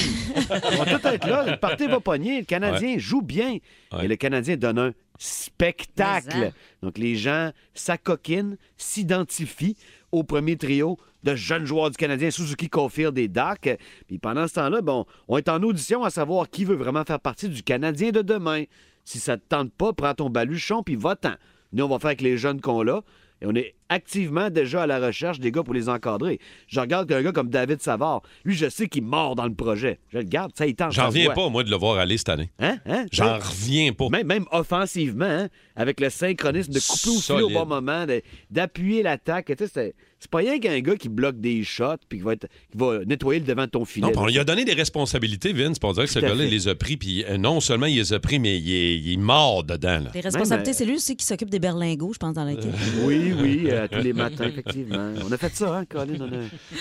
G: On va tout être là. Le party va pogner. Le Canadien joue bien.
D: Ouais.
G: Et le Canadien donne un
C: Mais
G: spectacle. Donc, les gens s'acoquinent, s'identifient au premier trio de jeunes joueurs du Canadien, Suzuki, Caulfield et Dak. Puis pendant ce temps-là, bon, on est en audition à savoir qui veut vraiment faire partie du Canadien de demain. Si ça te tente pas, prends ton baluchon puis va-t'en. Nous, on va faire avec les jeunes qu'on a. Et on est activement déjà à la recherche des gars pour les encadrer. Je regarde un gars comme David Savard. Lui, je sais qu'il mord dans le projet. Je le garde, ça, il tente. ça
D: J'en
G: se
D: reviens
G: voit.
D: pas, moi, de le voir aller cette année.
G: Hein? Hein?
D: J'en reviens pas.
G: Même, même offensivement, hein, avec le synchronisme de couper au fil au
D: Solide.
G: bon moment, de- d'appuyer l'attaque. Tu sais, C'est c'est pas rien qu'un gars qui bloque des shots puis qui va, être, qui va nettoyer le devant de ton filet.
D: Non, puis on lui a donné des responsabilités, Vince. puis On dirait que ce
G: Tout à
D: gars-là,
G: fait.
D: il les a pris. Puis euh, non seulement il les a pris, mais il est, il est mort dedans. là.
C: Les responsabilités,
G: euh,
C: c'est lui aussi qui s'occupe des berlingots, je pense, dans l'équipe.
G: Oui, oui, euh, tous les matins, effectivement. On a fait ça, hein, Colin?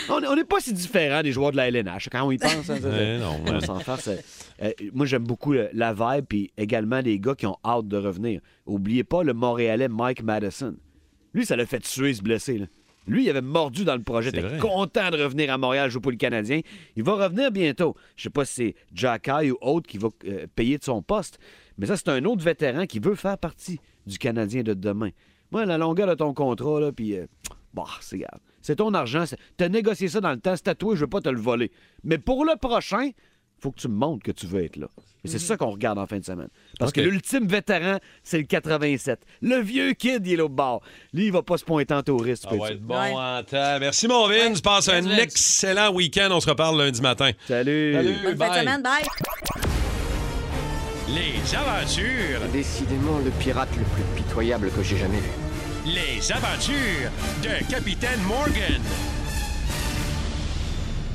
G: On a- On n'est pas si différents des joueurs de la LNH quand on y pense. hein, ça,
D: Ouais,
G: ça-
D: non,
G: on
D: ouais.
G: s'en farce. Euh, moi, j'aime beaucoup euh, la vibe puis également les gars qui ont hâte de revenir. Oubliez pas le Montréalais Mike Madison. Lui, ça l'a fait tuer, se blesser. là. Lui, il avait mordu dans le projet. Il
D: C'est
G: était
D: vrai.
G: content de revenir à Montréal jouer pour le Canadien. Il va revenir bientôt. Je sais pas si c'est Jacky ou autre qui va euh, payer de son poste. Mais ça, c'est un autre vétéran qui veut faire partie du Canadien de demain. Moi, la longueur de ton contrat, là, puis... euh, bah, c'est grave. C'est ton argent. c'est- T'as négocié ça dans le temps. C'est à toi, je veux pas te le voler. Mais pour le prochain, faut que tu me montres que tu veux être là. Et c'est ça qu'on regarde en fin de semaine. Parce
D: OK.
G: que l'ultime vétéran, c'est le 87. Le vieux kid, il est au bord. Lui, il va pas se pointer en touriste.
D: Ça va être bon en temps. Merci, mon Vince. Passe un excellent week-end. On se reparle lundi matin.
G: Salut.
C: Bonne fin de semaine, bye.
B: Les aventures.
M: Décidément le pirate le plus pitoyable que j'ai jamais vu.
B: Les aventures de Capitaine Morgan.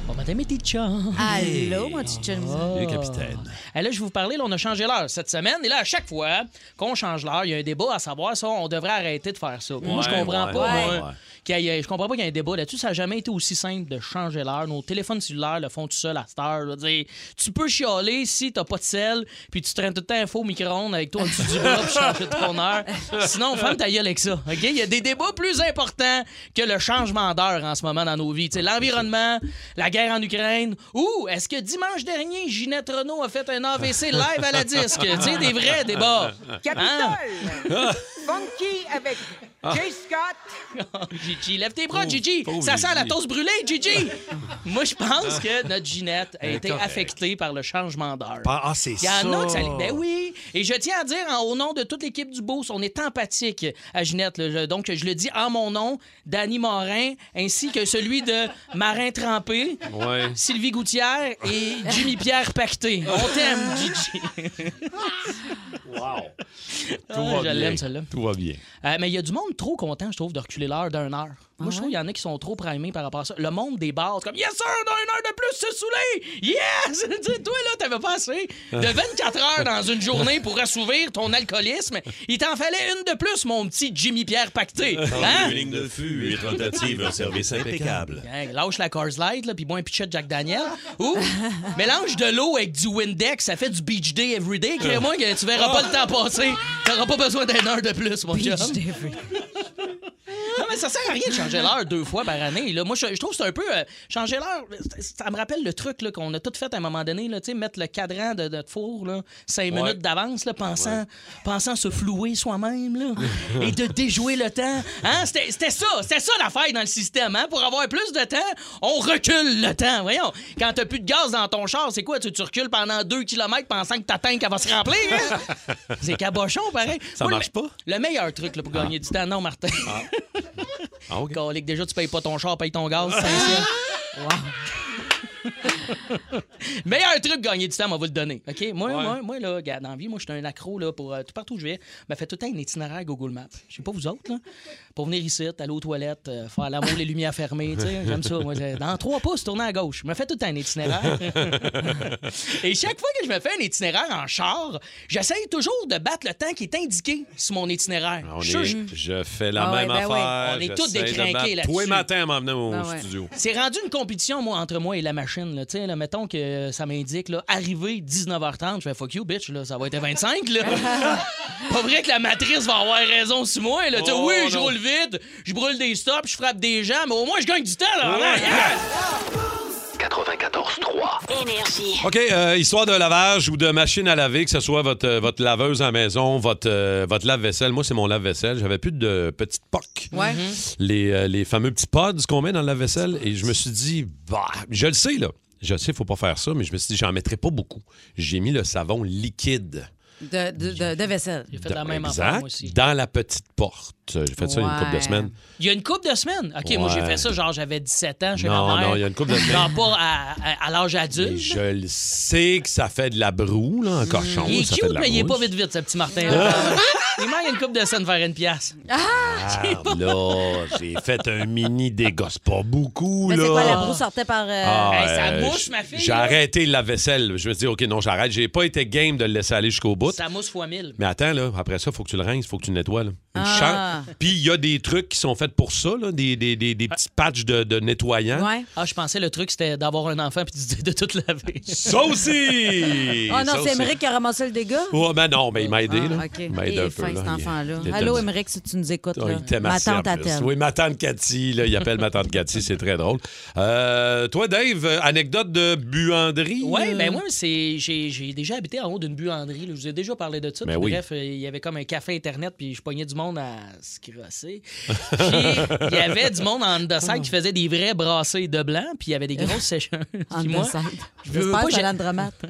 E: Bon matin, mes petits chums.
C: Allô, mon petit chum.
E: Ah. Eh, là, je vais vous parler, là, on a changé l'heure cette semaine. Et là, à chaque fois qu'on change l'heure, il y a un débat à savoir ça, on devrait arrêter de faire ça. moi, je
B: Ouais,
E: comprends
B: ouais,
E: pas.
B: ouais,
E: moi,
B: ouais.
E: qu'il y ait- je comprends pas qu'il y ait un débat là-dessus. Ça n'a jamais été aussi simple de changer l'heure. Nos téléphones cellulaires le font tout seul à cette heure. là. Dire, tu peux chialer si t'as pas de sel, puis tu traînes tout le temps un faux micro-ondes avec toi en dessous du bras pour changer ton heure. Sinon, ferme ta gueule avec ça. OK? Il y a des débats plus importants que le changement d'heure en ce moment dans nos vies. Tu sais, L'environnement, la guerre en Ukraine. Ou est-ce que dimanche dernier, Ginette Renault a fait un AVC live à la disque? Tu sais, des vrais débats. Hein?
N: Capitole! Funky avec Jay Scott.
E: Gigi, lève tes bras, Gigi.
N: pauvre
E: Ça sent la
N: Gigi.
E: toast brûlée, Gigi. Moi, je pense que notre Ginette a
O: Ben,
E: été
O: correct.
E: affectée par le changement d'heure.
O: Ah, c'est ça.
E: Il y en a que ça l'est. Ben oui. Et je tiens à dire, en- au nom de toute l'équipe du Beauce, on est empathique à Ginette. là. Je- Donc, je le dis en mon nom, Danny Morin, ainsi que celui de Marin Trempé,
D: Ouais.
E: Sylvie Gouttière et Jimmy-Pierre Pacté. On t'aime, Gigi.
D: Wow.
E: Ah, je l'aime, celle-là.
D: Tout va bien.
E: Euh, mais il y a du monde trop content, je trouve, de reculer l'heure d'une heure. Moi, je trouve qu'il y en a qui sont trop primés par rapport à ça. Le monde des bars, c'est comme Yes, sir, dans une heure de plus, c'est saoulé! Yes! Tu sais, Toi, là, t'avais pas assez de 24 heures dans une journée pour assouvir ton alcoolisme. Il t'en fallait une de plus, mon petit Jimmy-Pierre Pacté. Hein?
P: Ah, ligne de fût et tentative, un service impeccable.
E: Gang, lâche la Cars Light, là, puis bois un pichet de Jack Daniel. Ou mélange de l'eau avec du Windex, ça fait du Beach Day Everyday. Crée-moi que tu verras pas le temps passer. T'auras pas besoin d'une heure de plus, mon chum. Non, mais ça sert à rien de changer l'heure deux fois par année. Là. Moi, je, je trouve que c'est un peu. euh, changer l'heure, c'est- ça me rappelle le truc là, qu'on a tout fait à un moment donné, là, tu sais, mettre le cadran de notre four, là, cinq
O: Ouais.
E: minutes d'avance, là, pensant,
O: Ouais.
E: pensant se flouer soi-même là, et de déjouer le temps. Hein? C'était, c'était ça, c'était ça l'affaire dans le système. Hein? Pour avoir plus de temps, on recule le temps. Voyons, quand t'as plus de gaz dans ton char, c'est quoi? Tu, tu recules pendant deux kilomètres pensant que ta tank elle va se remplir? hein? C'est cabochon, pareil.
D: Ça
E: Moi, le
D: marche Ah.
E: me- Le meilleur truc là, pour gagner du temps, non, Martin. Colique, déjà, tu payes pas ton char, paye ton gaz, c'est ça.
D: Ah.
E: Wow. meilleur truc pour gagner du temps, on va vous le donner. OK? Moi,
O: Ouais.
E: moi, moi, là, regarde, dans la vie, moi, je suis un accro là, pour euh, tout partout où je vais. Je me fais tout le temps un itinéraire Google Maps. Je sais pas vous autres, là. Pour venir ici, aller aux toilettes, euh, faire l'amour, les lumières fermées, tu sais, j'aime ça. Moi, c'est- dans trois pouces, tourner à gauche. Je me fais tout le temps un itinéraire. Et chaque fois que je me fais un itinéraire en char, j'essaye toujours de battre le temps qui est indiqué sur mon itinéraire.
D: Ah, On
E: Je-
D: est- je fais la
E: Ah ouais,
D: même
E: ben oui.
D: affaire.
E: On est tous
D: J'essaie de
E: décrinqués
D: battre.
E: là-dessus.
D: Tous les matins, m'emmener au
E: Ben ouais.
D: studio.
E: C'est rendu une compétition, moi, entre moi et la machine. Là. Tu sais, là, mettons que euh, ça m'indique, là, arrivé 19h30, je fais fuck you, bitch, là, ça va être à 25. Là. pas vrai que la matrice va avoir raison sur moi. Là. Tu sais,
O: Oh,
E: oui, je
O: non.
E: roule vite, je brûle des stops, je frappe des gens, mais au moins, je gagne du temps. Là,
O: Ouais.
E: là, yes!
A: 94.3 Énergie.
D: OK, euh, histoire de lavage ou de machine à laver, que ce soit votre, euh, votre laveuse à la maison, votre, euh, votre lave-vaisselle. Moi, c'est mon lave-vaisselle. J'avais plus de petites pocs.
C: Ouais.
E: Mm-hmm.
D: Les, euh, les fameux petits pods qu'on met dans le lave-vaisselle. Et je me suis dit, bah, je le sais, là. Je le sais, faut pas faire ça, mais je me suis dit, j'en mettrai pas beaucoup. J'ai mis le savon liquide.
C: De, de, de, de vaisselle. J'ai
E: fait la même
D: Exact. Dans la petite porte. J'ai fait ça il y a une couple de
C: Ouais.
D: semaines.
E: Il y a une coupe de semaines. OK, moi, j'ai
D: Ouais.
E: fait ça, genre, j'avais 17 ans chez
D: Non,
E: ma mère.
D: non, il y a une couple de semaines.
E: Genre, pas à, à- à l'âge adulte.
D: Et je le sais que ça fait de la broue, là, un cochon.
E: Mm. Il est
D: ça fait
E: cute,
D: de la Ah!
E: mais il est
D: brouille.
E: pas vite vite, ce petit Martin. là. il manque une coupe de scène faire une pièce.
D: Ah, là, j'ai fait un mini dégât. C'est pas beaucoup,
C: Mais
D: là.
C: c'est quoi, la broue sortait par. euh,
D: Ah,
E: Hey, ça
D: euh,
E: mousse,
D: j-
E: ma fille,
D: J'ai
E: là.
D: arrêté la vaisselle. Je me suis dit, OK, non, j'arrête. J'ai pas été game de le laisser aller jusqu'au bout.
E: Ça mousse fois mille.
D: Mais attends, là, après ça, faut que tu le rinces, faut que tu le nettoies. là. Une
E: Ah.
C: Ah.
D: Puis il y a des trucs qui sont faits pour ça, là, des, des- des- des petits patchs de, de nettoyant.
E: Ah, je pensais le truc, c'était d'avoir un enfant puis de, de tout laver.
D: Ça aussi! Ça
C: Ah non, c'est
D: aussi.
C: Émeric qui a ramassé le dégât?
D: Ouais, ben non, mais il m'a aidé.
C: Ah,
D: là.
C: OK.
D: Il m'a aidé
C: Il est
D: un peu,
C: fin, cet
D: là. Il-
C: enfant-là.
D: il était
C: Allô, Émeric, si tu nous écoutes.
D: Ah,
C: là.
D: il t'aime
C: Ma
D: assez, en
C: tante
D: plus.
C: t'appelle.
D: Oui, ma tante Cathy, là, il appelle ma tante Cathy, c'est très drôle. Euh, toi, Dave, euh, anecdote de buanderie?
E: Oui,
D: euh?
E: ben moi, c'est, j'ai, j'ai déjà habité en haut d'une buanderie. là. Je vous ai déjà parlé de ça.
D: Ben
E: Puis
D: oui.
E: Bref, euh, il y avait comme un café Internet, puis je pognais du monde à se crosser. Puis il y avait du monde en underside qui faisait des vrais brassées de blanc, puis il y avait des grosses sécheuses.
C: Ah. En
E: Puis moi,
C: underside.
E: je veux
C: J'espère
E: pas,
C: que
E: j'ai-
C: ça l'andromate.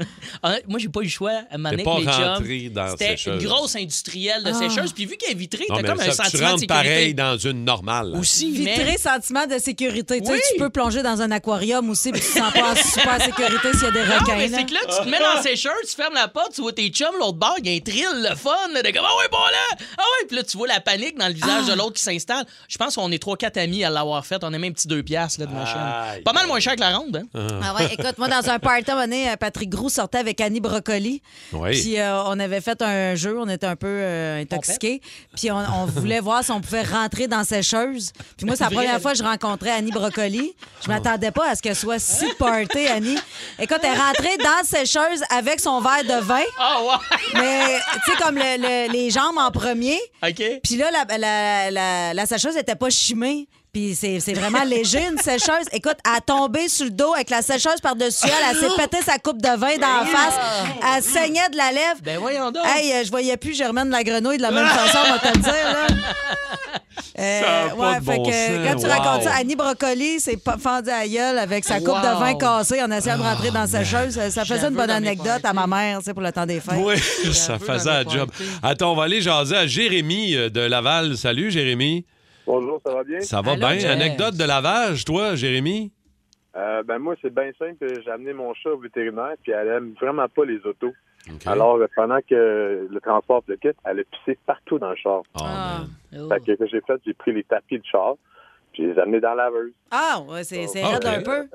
E: Ah, moi, j'ai pas eu le choix à
D: T'es
E: manier
D: pas
E: mes
D: rentré
E: chums.
D: dans la
E: C'était une
D: sécheuse.
E: grosse industrielle de
C: Ah.
E: sécheuse, puis vu qu'elle est vitrée,
D: Non,
E: t'as
D: mais
E: comme un
D: ça, tu
E: sentiment de
D: rentres pareil
E: sécurité.
D: dans une normale.
E: Aussi, mais-
C: Vitré, sentiment de sécurité. Tu sais,
E: Oui.
C: tu peux plonger dans un aquarium aussi, puis tu sens pas super en sécurité s'il y a des requins.
E: Non, mais
C: là.
E: c'est que là, tu te mets dans la sécheuse, tu fermes la porte, tu vois tes chums, l'autre bord, il y a un thrill, le fun, là, de comme, ah ouais, bon là, ah ouais, puis là, tu vois la panique dans le visage
C: Ah.
E: de l'autre qui s'installe. Je pense qu'on est 3-4 amis à l'avoir fait, on a même un petit 2 piastres, là, de machin. Pas mal moins cher que la ronde, hein?
C: Ah ouais, écoute, moi, dans un party, à un moment donné, euh, Patrick Groux sortait avec Annie Brocoli.
E: Oui.
C: Puis euh, on avait fait un jeu, on était un peu euh, intoxiqués. Puis on, on voulait voir si on pouvait rentrer dans sécheuse. Puis moi, c'est la
K: Vrai.
C: première fois que je rencontrais Annie Brocoli. Je m'attendais pas à ce qu'elle soit si party, Annie. Écoute, elle est rentrée dans sécheuse avec son verre de vin.
E: Ah
C: ouais! Mais, Euh, tu sais, comme le- le- les jambes en premier.
E: OK.
C: Puis là, la, la, la, la sécheuse n'était pas chimée. Puis c'est c'est vraiment léger, une sécheuse. Écoute, elle a tombé sur le dos avec la sécheuse par-dessus elle. Elle s'est pété sa coupe de vin dans la face. Elle saignait de la lèvre.
E: Ben voyons donc.
C: Hey, euh, je voyais plus Germaine la grenouille de la même façon, on va te le dire. Là. Euh,
K: Ça a pas
C: ouais,
K: de
C: fait
K: bon
C: que
K: sens,
C: quand tu
K: wow.
C: racontes ça, Annie Brocoli s'est pas- fendue à la gueule avec sa coupe de vin
E: Wow.
C: cassée en essayant de rentrer dans
K: Ah,
C: sa sécheuse. Ça, ça faisait une bonne anecdote à ma mère, tu sais, pour le temps des fêtes.
D: Oui, ça faisait un job. Attends, on va aller jaser à Jérémy euh, de Laval. Salut, Jérémy.
O: Bonjour, ça va bien?
D: Ça va bien? Anecdote de lavage, toi, Jérémy?
O: Euh, ben moi, c'est bien simple. J'ai amené mon chat au vétérinaire, puis elle aime vraiment pas les autos. Alors, euh, pendant que le transport le quitte, elle a pissé partout dans le char.
D: Ah,
C: Ah, oh.
O: Fait que, ce que j'ai fait, j'ai pris les tapis de char, puis je les ai amenés dans la laveuse.
C: Ah, ouais, c'est c'est
O: Ah,
C: raide
O: ouais.
C: un peu.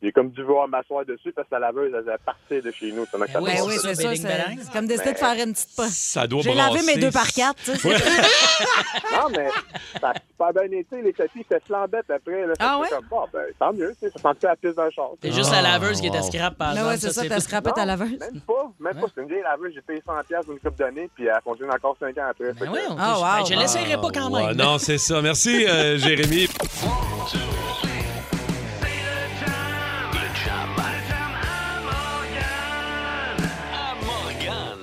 O: J'ai comme dû voir m'asseoir dessus parce que la laveuse, elle est partie de chez nous. Ça m'a fait
C: Ben
O: mal.
C: oui, c'est ça. c'est- C'est comme décider de
O: Ben,
C: faire une petite poche.
D: Ça doit
C: J'ai lavé
D: brasser.
C: mes deux par quatre. tu sais.
O: non, mais ça a super bien été. Les tapis étaient flambette après. Là,
C: Ah
O: Fait que
C: ouais?
O: comme, bon, ben, tant mieux. tu sais, Ça sentait la pisse dans le char.
E: C'est juste la laveuse qui était scrap, par
C: Là,
E: exemple.
C: ouais, c'est ça, t'as scrapé ta
O: Non,
C: laveuse.
O: Même pas, même pas. C'est une vieille laveuse. J'ai payé 100$ piastres une coupe d'années, puis elle fonctionne encore 5 ans après. Fait que-
C: Ah,
E: Ben, je l'essayerai pas quand même.
D: Ouais, non, c'est ça. Merci, euh, Jérémy.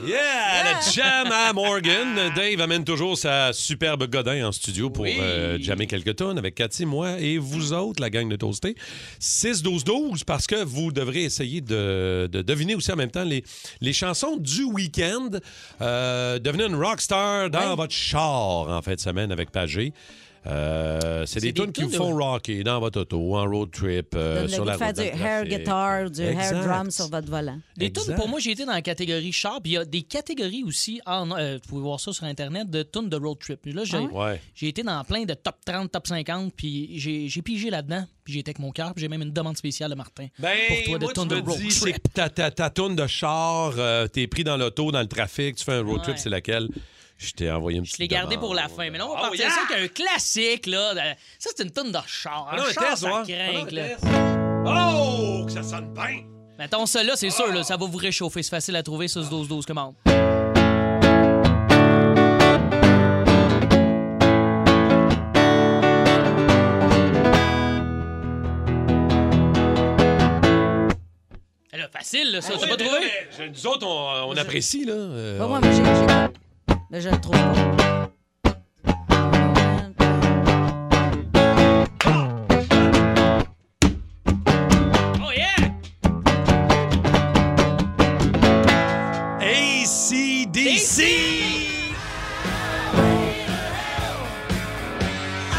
D: Yeah, le jam à Morgan. Dave amène toujours sa superbe Godin en studio pour euh, jammer quelques tonnes avec Cathy, moi et vous autres, la gang de Toasté. 6-12-12, parce que vous devrez essayer de, de deviner aussi en même temps les, les chansons du week-end. Euh, devenez une rockstar dans votre char en fin de semaine avec Pagé. Euh, c'est des, tunes qui vous
C: tunes de-
D: font rocker dans votre auto, en road trip, euh,
C: Donne le
D: sur
C: goût
D: la
C: de faire
D: route. dans
C: du
D: le
C: hair
D: trafic.
C: guitar, du hair
D: Exact. Ah
C: drum sur votre volant.
E: Des tunes,
D: Exact.
E: pour moi, j'ai été dans la catégorie char, puis il y a des catégories aussi, en, euh, vous pouvez voir ça sur Internet, de tunes de road trip. Puis Là, j'ai
D: Ah ouais? Ouais.
E: j'ai été dans plein de top 30, top 50, puis j'ai j'ai pigé là-dedans, puis j'ai été avec mon cœur, puis j'ai même une demande spéciale de Martin pour toi de
D: Ben, moi,
E: tunes
D: tu
E: de
D: me
E: road
D: dis,
E: trip.
D: c'est que ta, ta, ta tourne de char, euh, t'es pris dans l'auto, dans le trafic, tu fais un road trip,
E: Ouais.
D: c'est laquelle? Je t'ai envoyé une petite
E: Je l'ai gardé
D: demande.
E: pour la fin. Mais là, on va partir
D: Ah
E: ça avec un classique, là. de- Ça, c'est une tonne de char.
D: Ah non,
E: Un
D: un
E: char,
D: test,
E: ça
D: ouais.
E: craint,
D: Ah non, un
E: là.
D: test. Oh, que ça sonne bien!
E: Mettons, ça là, c'est sûr, là, ça va vous réchauffer. C'est facile à trouver, ça, ce 12-12 commande. Elle est facile, là, ça.
D: Ah
E: T'as
D: oui,
E: pas
D: mais
E: trouvé?
D: là, mais Nous autres, on, on apprécie, là. Euh,
C: Pas
D: on-
C: moi, mais j'ai- j'ai- mais je le trouve pas.
D: ACDC!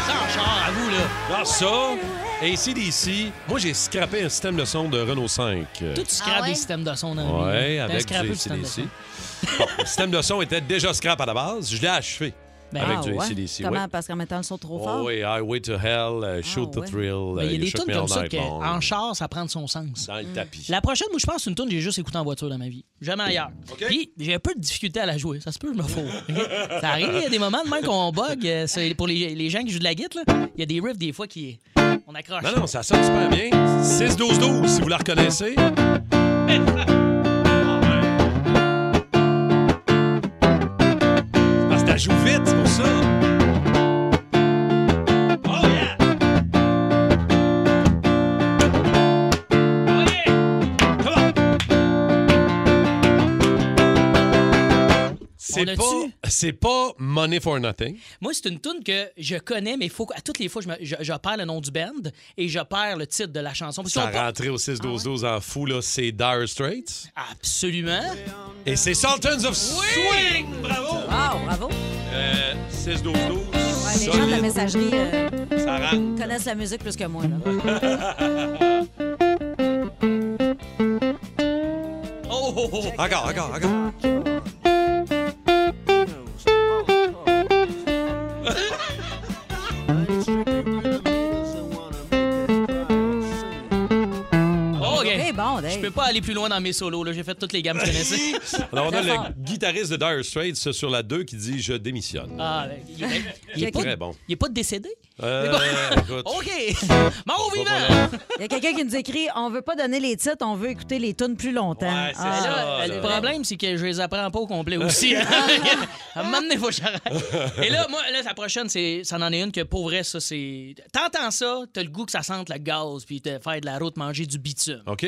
E: Ça, en char, à vous, là.
D: Dans ça, ACDC, moi, j'ai scrappé un système de son de Renault 5. euh,
E: Tout scrap des systèmes de son dans la vie.
D: Ouais,
E: T'as
D: avec
E: scrappé
D: du
E: le système de
D: ACDC. Bon, le système de son était déjà scrap à la base. Je l'ai achevé.
C: Ben,
D: avec
C: ah
D: du
C: ouais?
D: ACDC.
C: Comment?
D: ouais.
C: Parce qu'en mettant le son trop fort?
D: Oh, oui, Highway to Hell, euh, Shoot the Thrill.
E: Mais Ah Ben, il y a
D: euh,
E: des
D: You Shook
E: tunes
D: Me
E: comme
D: All
E: ça Ah,
D: Night Long.
E: qu'en char, ça prend de son sens.
D: Dans le tapis.
E: La prochaine, moi, je pense, c'est une tune que j'ai juste écoutée en voiture dans ma vie. Jamais ailleurs. Puis, j'ai un peu de difficulté à la jouer. Ça se peut, je me fous. ça arrive, il y a des moments de même qu'on bug. euh, c'est- Pour les, les gens qui jouent de la guitare, là, il y a des riffs des fois qui. On accroche.
D: Non, non, ça sonne super bien. 6-12-12, si vous la reconnaissez. Parce que t'as joué vite, c'est pour ça. C'est
E: On a-tu?
D: pas, c'est pas Money for Nothing.
E: Moi, c'est une tune que je connais, mais faut que- à toutes les fois, je, me- je- je perds le nom du band et je perds le titre de la chanson. Parce
D: Ça
E: qu'on-
D: rentrait au 6-12-12 en fou, là. C'est Dire Straits.
E: Ah Absolument.
D: Et c'est Sultans of Swing! Bravo!
C: Wow, bravo.
D: Euh, 6-12-12.
C: Ouais, les gens de la
D: solide.
C: messagerie euh,
D: Ça rentre.
C: connaissent la musique plus que moi. Là.
E: Oh, oh, oh.
D: Encore, encore, encore.
E: Oh, OK.
C: Ok, bon, hey.
E: Je peux pas aller plus loin dans mes solos. là. J'ai fait toutes les gammes que je connaissais.
D: Alors, on a
E: Très fort.
D: le guitariste de Dire Straits ce sur la 2 qui dit Je démissionne.
E: Ah, ben, il est, il est
D: C'est
E: pas,
D: très bon.
E: Il est pas décédé?
D: Euh, écoute.
E: OK. Mort ou vivant?
C: Il y a quelqu'un qui nous écrit on veut pas donner les titres, on veut écouter les tunes plus longtemps.
D: Ouais, c'est
E: Mais
C: Ah.
E: là,
D: Ah,
E: le
D: là.
E: problème, c'est que je les apprends pas au complet aussi. à un moment donné, faut que j'arrête. Et là, moi, là, la prochaine, c'est, ça en est une que pour vrai, ça, c'est. T'entends ça, t'as le goût que ça sente le gaz, puis te faire de la route, manger du bitume.
D: OK.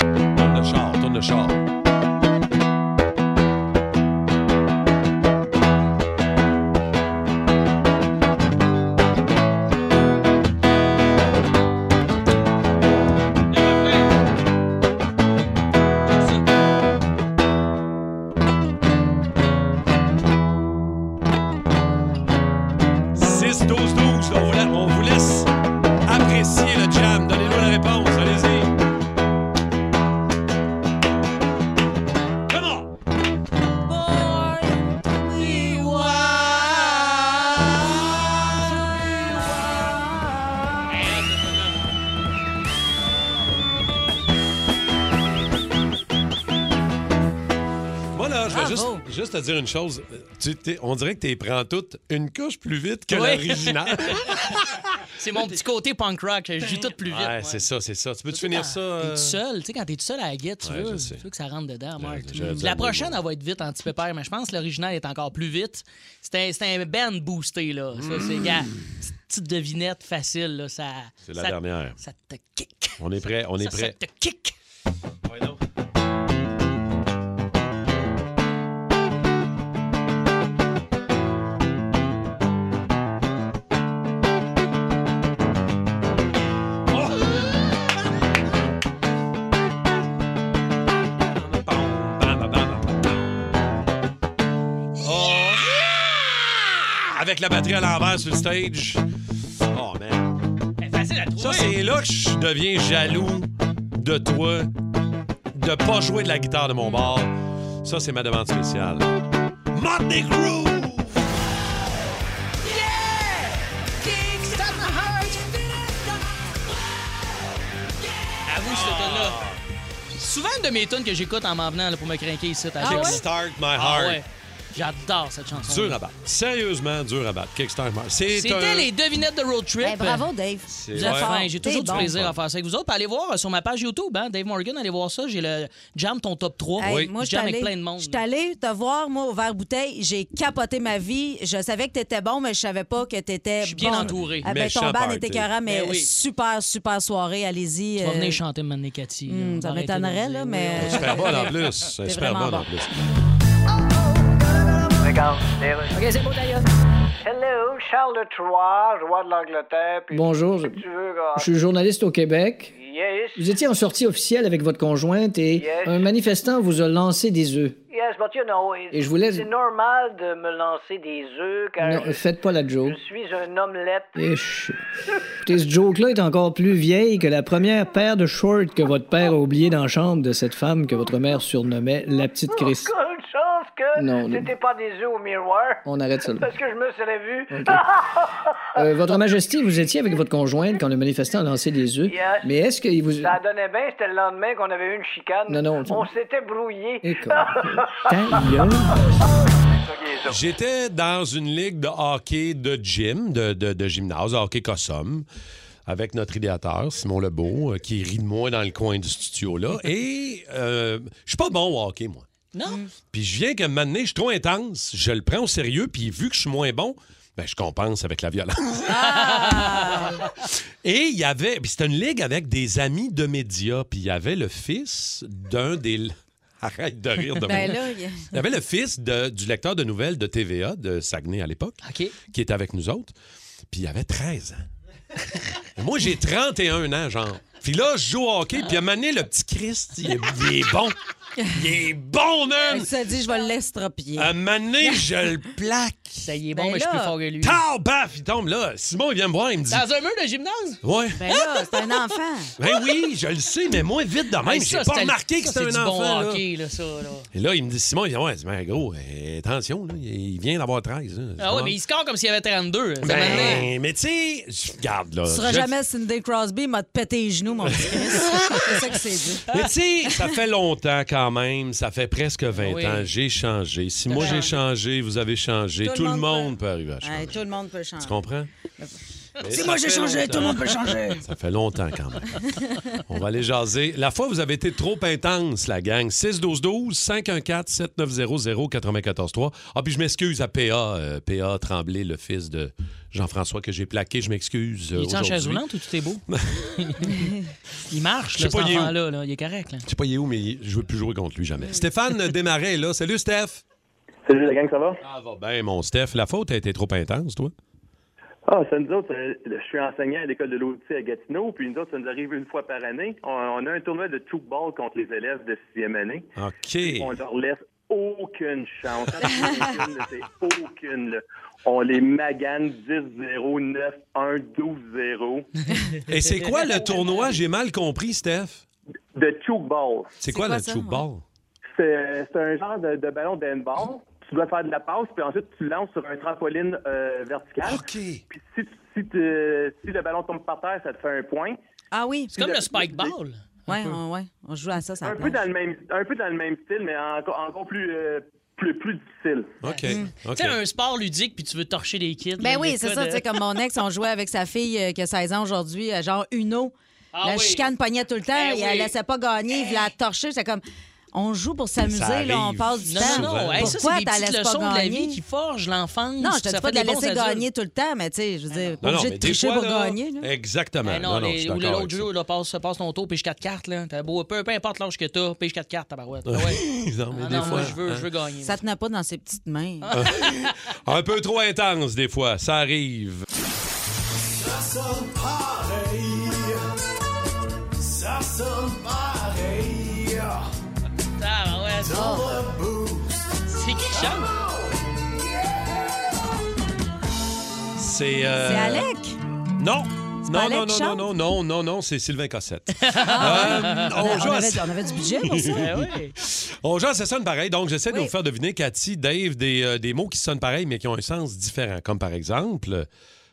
D: Tourne le char, tourne le char. Six, douze, douze, on vous la- On vous laisse apprécier le jam. Donnez-nous la réponse. Allez-y. Moi, là, je vais juste, juste te dire une chose. Tu, t'es- on dirait que tu les prends toutes une couche plus vite que
E: Oui.
D: l'original.
E: C'est mon petit côté punk rock. Je joue tout plus vite.
D: ouais, c'est ça, c'est ça. Tu peux-tu finir ça?
E: T'es
D: euh?
E: tout seul, tu sais, quand t'es tout seul à la guette, tu,
D: Ouais,
E: veux,
D: je sais.
E: tu veux que ça rentre dedans. moi.
D: j'avais besoin
E: La
D: de mes
E: prochaine, elle va être vite anti-pépère, mais je pense que l'original est encore plus vite. C'est un, c'est un band boosté, là. Ça, c'est, gars, petite devinette facile, là. Ça,
D: Mmh. C'est la
E: ça-
D: dernière.
E: Ça te kick.
D: On est prêt, on est
E: Ça, ça
D: prêt.
E: te kick.
D: Oh! Avec la batterie à l'envers sur le stage. Oh, man.
E: Ben, Facile à
D: Ça, c'est là que je deviens jaloux de toi, de pas jouer de la guitare de mon
E: Hmm.
D: bar. Ça, c'est ma demande spéciale. Motley Crue!
E: Avoue, cette là Souvent, une de mes tunes que j'écoute en m'en venant là, pour me craquer ici. à chaque-
D: Kickstart my
E: Ah
D: heart.
E: ouais. J'adore cette chanson.
D: Dur à battre. Sérieusement, dur à battre. Kickstart my heart. C'est
E: C'était
D: un-
E: les devinettes de Road Trip.
C: Ben, bravo, Dave.
D: C'est-
E: Vous
D: ouais.
E: êtes fin, J'ai
C: T'es
E: toujours du
C: bon.
E: plaisir à faire ça avec vous autres. Puis Allez voir euh, sur ma page YouTube, hein, Dave Morgan, allez voir ça. J'ai le Jam ton top 3.
C: Hey, Moi, je suis
E: jam avec
C: allée- euh,
E: plein de monde.
C: je suis allée te voir, moi, au verre bouteille. J'ai capoté ma vie. Je savais que t'étais bon, mais je savais pas que t'étais bon. Je suis
E: bien entouré.
C: ton
E: Méchant
C: band
E: party.
C: était écœurant, mais
E: Ben oui.
C: super, super soirée. Allez-y.
E: Tu vas
C: euh,
E: venir chanter Mané Cathy. là.
C: hum,
E: On
C: ça
E: va arrêter
C: m'étonnerait,
E: de
C: là,
E: dire
C: mais-
E: oui, on-
D: Super bonne en plus.
C: T'es
D: Super
C: vraiment
D: bonne en
C: bon.
D: plus.
K: OK, c'est bon, d'ailleurs.
Q: Charles III, roi de l'Angleterre. puis-
F: Bonjour,
Q: Si
F: je,
Q: tu veux, gars.
F: je suis journaliste au Québec.
Q: Yes.
F: Vous étiez en sortie officielle avec votre conjointe et
Q: Yes.
F: un manifestant vous a lancé des œufs.
Q: Yes, but you know,
F: Et je voulais-
Q: c'est normal de me lancer des œufs car
F: Non,
Q: je,
F: faites pas la joke.
Q: je suis un omelette.
F: Ish. Écoutez, ce joke-là est encore plus vieille que la première paire de shorts que votre père a oublié dans la chambre de cette femme que votre mère surnommait la petite
Q: Oh,
F: Chris.
Q: Quelle chance que
F: Non, non.
Q: c'était pas des œufs au miroir.
F: On arrête ça là.
Q: Parce que je me serais vu.
F: Euh, votre Majesté, vous étiez avec votre conjointe quand le manifestant a lancé des œufs.
Q: Yes.
F: Mais est-ce qu'il vous...
Q: Ça donnait bien, c'était le lendemain qu'on avait eu une chicane.
F: Non, non, tu-
Q: On s'était brouillé.
F: Écoute, ta gueule.
D: J'étais dans une ligue de hockey de gym, de, de- de gymnase, hockey Cossum, avec notre idéateur, Simon Lebeau, euh, qui rit de moi dans le coin du studio là. Et euh, je suis pas bon au hockey, moi.
C: Hmm.
E: Non?
D: Puis je viens que maintenant, je suis trop intense, je le prends au sérieux, puis vu que je suis moins bon, ben, je compense avec la violence.
C: Ah.
Q: Ah!
D: Et il y avait. Puis c'était une ligue avec des amis de médias. Puis il y avait le fils d'un des. Arrête de rire de
C: Ben
D: moi.
C: là, il y a-
D: Il y avait le fils de- du lecteur de nouvelles de TVA, de Saguenay à l'époque, qui était avec nous autres. Puis il avait 13 ans. Et moi, j'ai 31 ans, genre. Puis là, je joue au hockey. Puis à un moment donné, le petit Christ, il est, il est bon. Il est bon, man!
C: Il s'est dit, je vais l'estropier.
D: À un moment donné, je le plaque.
E: Ça y est
C: bon, Ben mais je suis là. plus fort
E: que lui.
D: Tard, baf, il tombe là. Simon, il vient me voir, il me dit.
E: Dans un mur de gymnase?
D: Ouais.
C: Ben là, c'est un enfant.
D: Ben oui, je le sais, mais moi, vite de même,
E: Hey,
D: j'ai
E: ça,
D: pas
E: c'était-
D: remarqué que
E: ça,
D: c'était
E: c'est
D: un
E: du
D: enfant.
E: bon
D: là.
E: hockey, là, ça, là.
D: Et là, il me dit, Simon, il dit, ouais, ben, gros, euh, attention, là, il vient d'avoir 13. là.
E: Ah ouais, mais il score comme s'il avait 32. ça m'a donné-
D: Ben, mais tu sais, je- regarde, là.
C: Tu seras
D: je-
C: jamais Cindy Crosby, il m'a te pété les genoux, mon petit Chris. C'est ça que c'est dit.
D: Mais tu sais, ça fait longtemps quand même, ça fait presque 20
C: Oui.
D: ans, j'ai changé. Si moi j'ai changé, vous avez changé, tout, le monde, peut arriver à changer.
C: Ouais, tout le monde peut changer.
D: Tu comprends? Mais
C: Si
D: ça
C: moi j'ai
D: fait
C: changé,
D: longtemps.
C: tout le monde peut changer.
D: Ça fait longtemps quand même. On va aller jaser. La fois, vous avez été trop intense, la gang. 612-12-514-7900-943. Ah, puis je m'excuse à PA, euh, PA Tremblay, le fils de Jean-François que j'ai plaqué. Je m'excuse. euh,
E: Il est en
D: aujourd'hui.
E: chaise roulante ou tout est beau? il marche,
D: Je
E: là,
D: sais
E: cet
D: pas, il est où.
E: enfant-là. là. Il est correct. Là.
D: Je sais pas, il est où, mais il- je veux plus jouer contre lui jamais. Stéphane Desmarais est là. Salut, Steph.
R: Salut, la gang, ça va?
D: Ça va bien, mon Steph. La faute a été trop intense, toi?
R: Ah, ça nous autres, euh, je suis enseignant à l'école de l'Outil à Gatineau, puis nous autres, ça nous arrive une fois par année. On, on a un tournoi de ball contre les élèves de sixième année.
D: OK.
R: On leur laisse aucune chance. aucune, là, c'est aucune. là. On les magane 10-0, 9-1, 12-0.
D: Et c'est quoi le tournoi? J'ai mal compris, Steph.
R: De ball.
D: C'est quoi, le tube ball?
R: C'est c'est un genre de, de ballon d'handball. Tu dois faire de la passe, puis ensuite tu lances sur un trampoline euh, vertical. Puis si, si, te- si le ballon tombe par terre, ça te fait un point.
C: Ah oui.
R: C'est comme le spike ball.
C: Ouais, on, ouais, on joue à ça, ça
R: Un peu, dans le même, un peu dans le même style, mais encore, encore plus, euh, plus, plus difficile.
D: OK.
E: Tu sais, un sport ludique, puis tu veux torcher des kids.
C: Ben
E: là,
C: oui,
E: des
C: c'est
E: cas
C: ça.
E: de-
C: Tu sais, comme mon ex, on jouait avec sa fille euh, qui a 16 ans aujourd'hui, euh, genre Uno.
E: Ah
C: la
E: oui.
C: chicane pognait tout le temps,
E: Eh
C: il la
E: oui.
C: laissait pas gagner, il voulait la torcher. C'était comme, on joue pour s'amuser, là, on
E: arrive
C: passe du
E: non, Non,
C: temps.
E: non, Hey, ça, c'est
C: Pourquoi
E: des
C: t'as
E: petites
C: laisses pas
E: leçons de la
C: gagner?
E: vie qui forgent l'enfance.
C: Non, je
E: puis
C: te
E: ça
C: dis pas
E: fait
C: de la
E: des bons
C: laisser
E: adultes.
C: gagner tout le temps, mais tu sais, je veux dire,
D: Non,
C: pas
D: non,
C: obligé de
D: mais des
C: tricher
D: fois,
C: pour
D: là,
C: gagner. là.
D: Exactement.
E: Eh non,
D: Non, non, je
E: les-
D: suis
E: ou le
D: d'accord
E: l'autre
D: avec
E: jeu, là, passe, passe ton tour, pige 4 cartes. Là. T'as beau, peu, peu importe l'âge que t'as, pige 4 cartes, tabarouette. Ah ouais.
D: ça. Non, mais
E: Ah
D: des
E: non,
D: fois,
E: moi, je veux,
D: hein. Ah.
E: je veux gagner.
C: Ça tenait pas dans ses petites mains.
D: Un peu trop intense, des fois. Ça arrive.
S: Ça sonne pareil. Ça sonne pareil.
D: Ah
S: Dans le boost.
E: C'est qui
D: C'est. euh,
C: C'est Alec.
D: Non.
C: C'est
D: Non, non,
C: pas Alec qui
D: non, non,
C: chante?
D: non, non, non, non, c'est Sylvain Cossette.
C: Ah,
D: Euh,
C: on, a-
D: on
C: on
D: joue à
C: avait,
D: ça.
C: on avait du budget pour ça.
D: Ben On genre, ça sonne pareil. Donc, j'essaie de vous faire deviner, Cathy, Dave, des, euh, des mots qui sonnent pareil, mais qui ont un sens différent. Comme par exemple, euh,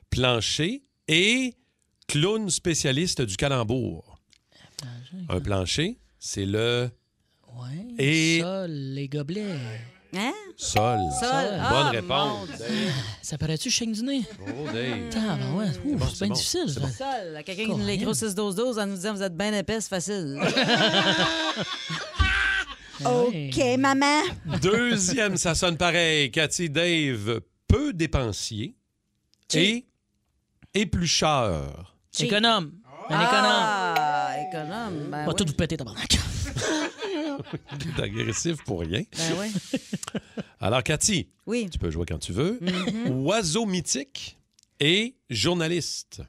D: plancher et clown spécialiste du calembour. Un plancher, c'est le
E: Ouais.
D: Et-
E: Sol, les gobelets.
C: Hein?
D: sol.
E: Sol.
D: Bonne
E: Ah,
D: réponse.
E: mon
D: Dave.
E: Ah, Ça paraît-tu chien du nez?
D: Oh, Dave.
E: Tabarouette. Ouh,
D: bon,
E: c'est bien
D: bon,
E: difficile.
D: c'est
E: ça.
C: Seul, là, Quelqu'un qui nous les gros 6-12-12 en nous disant vous êtes bien épais, c'est facile. OK, maman.
D: Deuxième, ça sonne pareil. Cathy, Dave, peu dépensier et éplucheur.
E: Économe. Un
C: Ah, économe.
E: économe.
C: Ben
E: Va tout
C: oui.
E: vous péter, tabarnak.
D: T'es agressif pour rien.
C: Ben oui.
D: Alors, Cathy,
C: Oui. Mm-hmm.
D: tu peux jouer quand tu veux. Oiseau mythique et journaliste.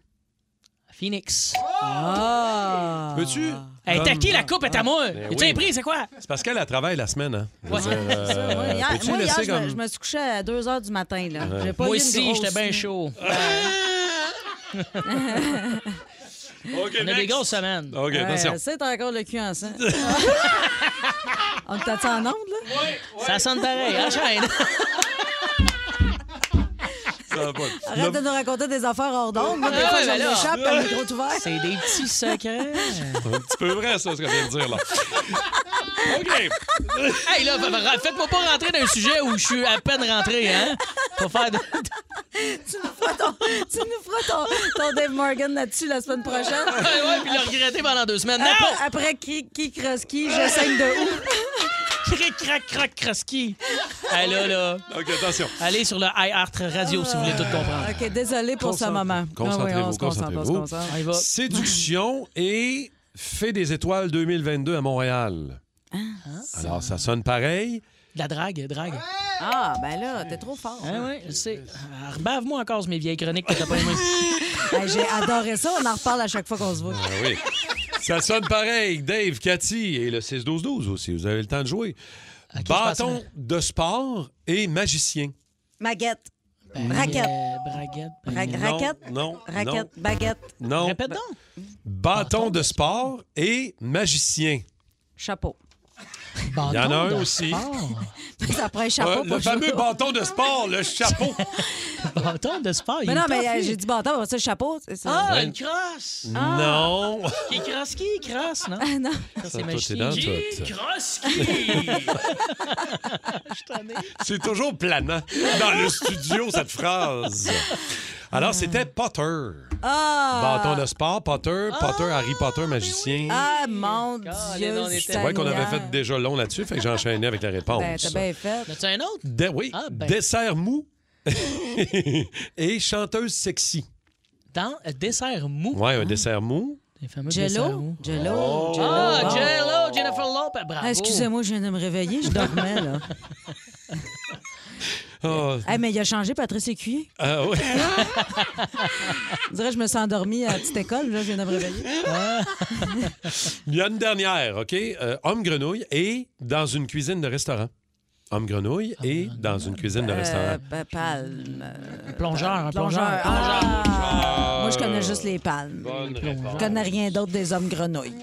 E: Phoenix.
C: Ah!
D: Peux-tu?
E: Hey, t'as qui la coupe est à moi?
D: Ben
E: tu
D: oui.
E: t'es pris, c'est quoi?
D: C'est parce qu'elle a travaillé la semaine, hein? Je veux
E: Ouais.
D: dire, euh,
E: C'est ça, ouais.
C: Hier-
D: peux-tu
C: moi, hier,
D: laisser
C: je, me,
D: comme-
C: je me suis couché à 2 h du matin. Là.
D: Ouais.
C: J'ai pas
E: Moi
C: eu une
E: aussi,
C: grosse
E: j'étais bien
C: nuit.
E: chaud.
D: OK,
E: On a des grosses semaines.
D: OK,
C: Ouais,
D: attention.
C: C'est t'as encore le cul ensemble. On t'a-tu en onde, là?
E: Ça sonne pareil, hein, enchaîne.
D: Ça va pas.
C: Arrête de nous raconter des affaires hors d'onde. Moi, des
E: Ah
C: fois,
E: ouais,
C: je
E: ben là.
C: m'échappe par le micro tout ouvert.
E: C'est des petits secrets.
D: C'est un petit peu vrai, ça, ce que je viens de dire, là. OK.
E: hey, là, fa- fa- faites-moi pas rentrer dans un sujet où je suis à peine rentré, hein? Pour faire de...
C: Tu nous feras ton, tu nous feras ton, ton Dave Morgan là-dessus la semaine prochaine. Euh,
E: Ouais, ouais, puis le regretter pendant deux semaines. Non!
C: Après, après Kik- Kikroski, je saigne de où?
E: Cric, crac, crac, crosski. Hey, là, là.
D: OK, attention.
E: Allez sur le iHeart Radio si vous voulez tout comprendre.
C: OK, désolé pour ce moment. Ah oui, on
D: Concentrez-vous,
C: se concentre, on se
D: concentrez-vous.
C: concentre.
D: Séduction et fait des étoiles 2022 à Montréal.
C: Ah.
D: Alors, ça sonne pareil.
E: De la drague, drague.
C: Ah, ben là, t'es trop fort.
E: Ah ouais, je sais. Ah, Rebave-moi encore sur mes vieilles chroniques que t'as pas aimées.
C: Hey, J'ai adoré ça. On en reparle à chaque fois qu'on se voit.
D: Ah oui. Ça sonne pareil. Dave, Cathy et le 6-12-12 aussi. Vous avez le temps de jouer. Bâton de sport et magicien.
C: Maguette. Raquette.
E: Ben, euh, Braguette. ben,
C: Ra-
D: Non,
C: raquette.
D: non,
C: Raquette. Baguette.
D: non, non.
E: Répète donc.
D: Bâton de sport et magicien.
C: Chapeau.
D: Il y en a un aussi.
E: Ah.
C: Ça prend un
D: Euh,
C: chapeau.
D: le
C: pas
D: fameux
C: chapeau.
D: bâton de sport, le chapeau.
E: Bâton de sport.
C: Mais non, mais euh, j'ai Ah.
E: j'ai
C: dit bâton, mais ça, le chapeau. c'est ça.
E: Ah, une crosse.
D: Non.
E: Qui crosse qui? Crosse, non?
C: Ah, non.
E: Ça, c'est
D: Ça, toi, t'es
E: magicien.
D: dans, toi,
E: Qui
D: t'es-
E: crosse qui? Je t'en ai.
D: C'est toujours planant dans le studio, cette phrase. Alors, c'était Potter.
C: Ah!
D: Bâton de sport, Potter, Potter, Harry Potter, magicien.
C: Ah, mon Dieu.
E: on était-
D: Je trouvais qu'on avait fait déjà long là-dessus, fait que j'ai enchaîné avec la
C: Ben, t'as
D: réponse.
C: bien fait.
E: As-tu un autre?
D: De- oui,
E: Ah, ben.
D: dessert mou et chanteuse sexy.
E: Dans euh, dessert mou.
D: Ouais,
C: Ah.
D: un dessert mou.
E: Les fameux desserts mou.
C: Jello? Jello?
D: Oh!
C: Jello.
E: Ah,
C: Bon.
E: Jello, Jennifer Lopez. Bravo.
C: Ah, Excusez-moi, je viens de me réveiller. Je dormais, là.
D: Ah,
C: Hey, mais il a changé, Patrice Écuyer.
D: ah, ouais.
C: Je dirais, je me suis endormie à la petite école. Là, je viens de me réveiller. Ah.
D: Il y a une dernière, OK? Euh, homme grenouille et dans une cuisine de restaurant. Homme grenouille et dans une cuisine de restaurant.
C: Euh, pa- palme. euh,
E: Plongeur, un plongeur.
C: Plongeur. Ah! Moi, je connais juste les palmes.
D: Bonne
C: Je
D: réponse.
C: connais rien d'autre des hommes grenouilles.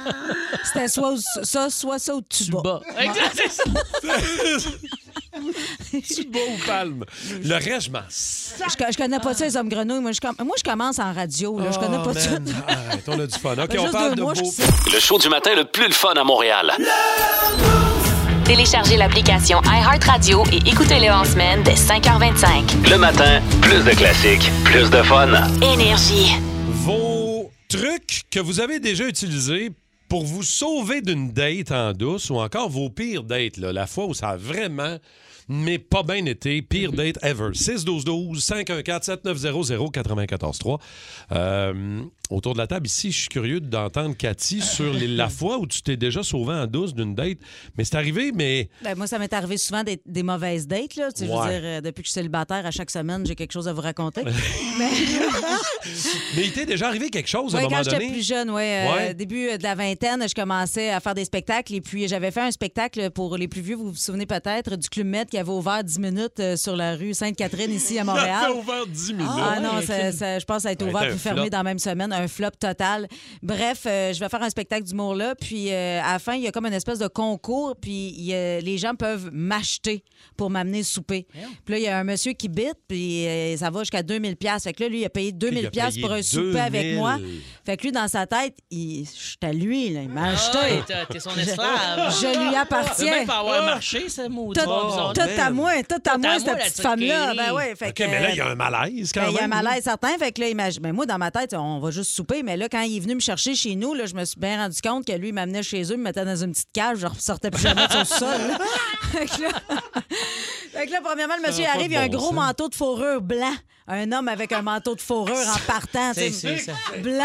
C: C'était soit au- ça, soit ça ou tuba.
E: Bas. Exact, c'est ça.
D: Tu bats ou palme? Le reste, je m'en sac.
C: Je, co- je connais pas ça, les hommes grenouilles. Moi, je, com- moi, je commence en radio. Là. Je connais pas
D: Oh,
C: ça.
D: man. Arrête, on a du fun. OK,
C: Ben, Juste
D: on parle
C: deux
D: de
C: mois,
D: beau...
C: je sais.
P: Le show du matin le plus le fun à Montréal.
A: Téléchargez l'application iHeartRadio et écoutez-le en semaine dès 5h25.
P: Le matin, plus de classiques, plus de fun.
A: Énergie.
D: Vos trucs que vous avez déjà utilisés pour vous sauver d'une date en douce ou encore vos pires dates, là, la fois où ça a vraiment, mais pas bien été, pire
C: Mhm.
D: date ever. 612-12-514-7900-943. Euh, autour de la table ici, je suis curieux d'entendre Cathy sur les- la fois où tu t'es déjà sauvé en douce d'une date. Mais c'est arrivé, mais...
C: Ben, moi, ça m'est arrivé souvent des, des mauvaises dates. Là. Tu sais, Je veux
D: Ouais.
C: dire, euh, depuis que je suis célibataire, à chaque semaine, j'ai quelque chose à vous raconter.
D: Mais il t'est déjà arrivé quelque chose à
C: Ouais,
D: un moment
C: quand j'étais
D: donné?
C: plus jeune, ouais, euh,
D: Ouais.
C: début euh, de la vingtaine, je commençais à faire des spectacles et puis j'avais fait un spectacle pour les plus vieux, vous vous souvenez peut-être, du Club Med qui avait ouvert 10 minutes euh, sur la rue Sainte-Catherine ici
D: Ça
C: à Montréal.
D: fait ouvert 10 minutes.
C: Ah non,
E: ouais,
C: ça- ça- je pense que ça a été
D: Ouais,
C: ouvert
D: t'as un
C: puis fermé
D: flop.
C: dans la même semaine, un flop total. Bref, euh, je vais faire un spectacle d'humour là, puis euh, à la fin, il y a comme une espèce de concours, puis il y a- les gens peuvent m'acheter pour m'amener souper. Puis là, il y a un monsieur qui bite, puis euh, ça va jusqu'à 2000 pièces. Fait que là, lui, il a payé 2000 pièces pour un souper avec moi.
D: 2000.
C: Fait que lui, dans sa tête, il... j'étais lui, là, il m'a acheté.
E: Ouais, Ah, t'es- T'es son esclave. Ah,
C: Je lui
E: Tu peux même
C: appartiens. Ah!
E: pas
D: Ah.
E: avoir marché, ce maudit.
C: Tout,
E: bizarre.
C: tout à
D: man.
C: moi, tout à
E: à
C: moi,
E: moi,
C: cette
E: la
C: petite femme-là.
E: tuquerie.
C: Ben ouais, fait
D: OK,
C: que,
D: mais là, il y a un malaise quand
C: ben,
D: même.
C: Il y a un malaise certain. Fait que là, imagine- ben, moi, dans ma tête, on va juste souper. Mais là, quand il est venu me chercher chez nous, là, je me suis bien rendu compte que lui, il m'amenait chez eux, il me mettait dans une petite cage, je ressortais plus jamais de son sol. Fait que là, fait que là, premièrement, le monsieur
D: Ça a pas
C: arrive,
D: de
C: il a un
D: bon
C: gros
D: sens.
C: manteau de fourrure blanc. un homme avec un manteau de fourrure en partant,
E: C'est-
C: tu
E: c'est
C: sais,
E: ça.
C: hein, blanc.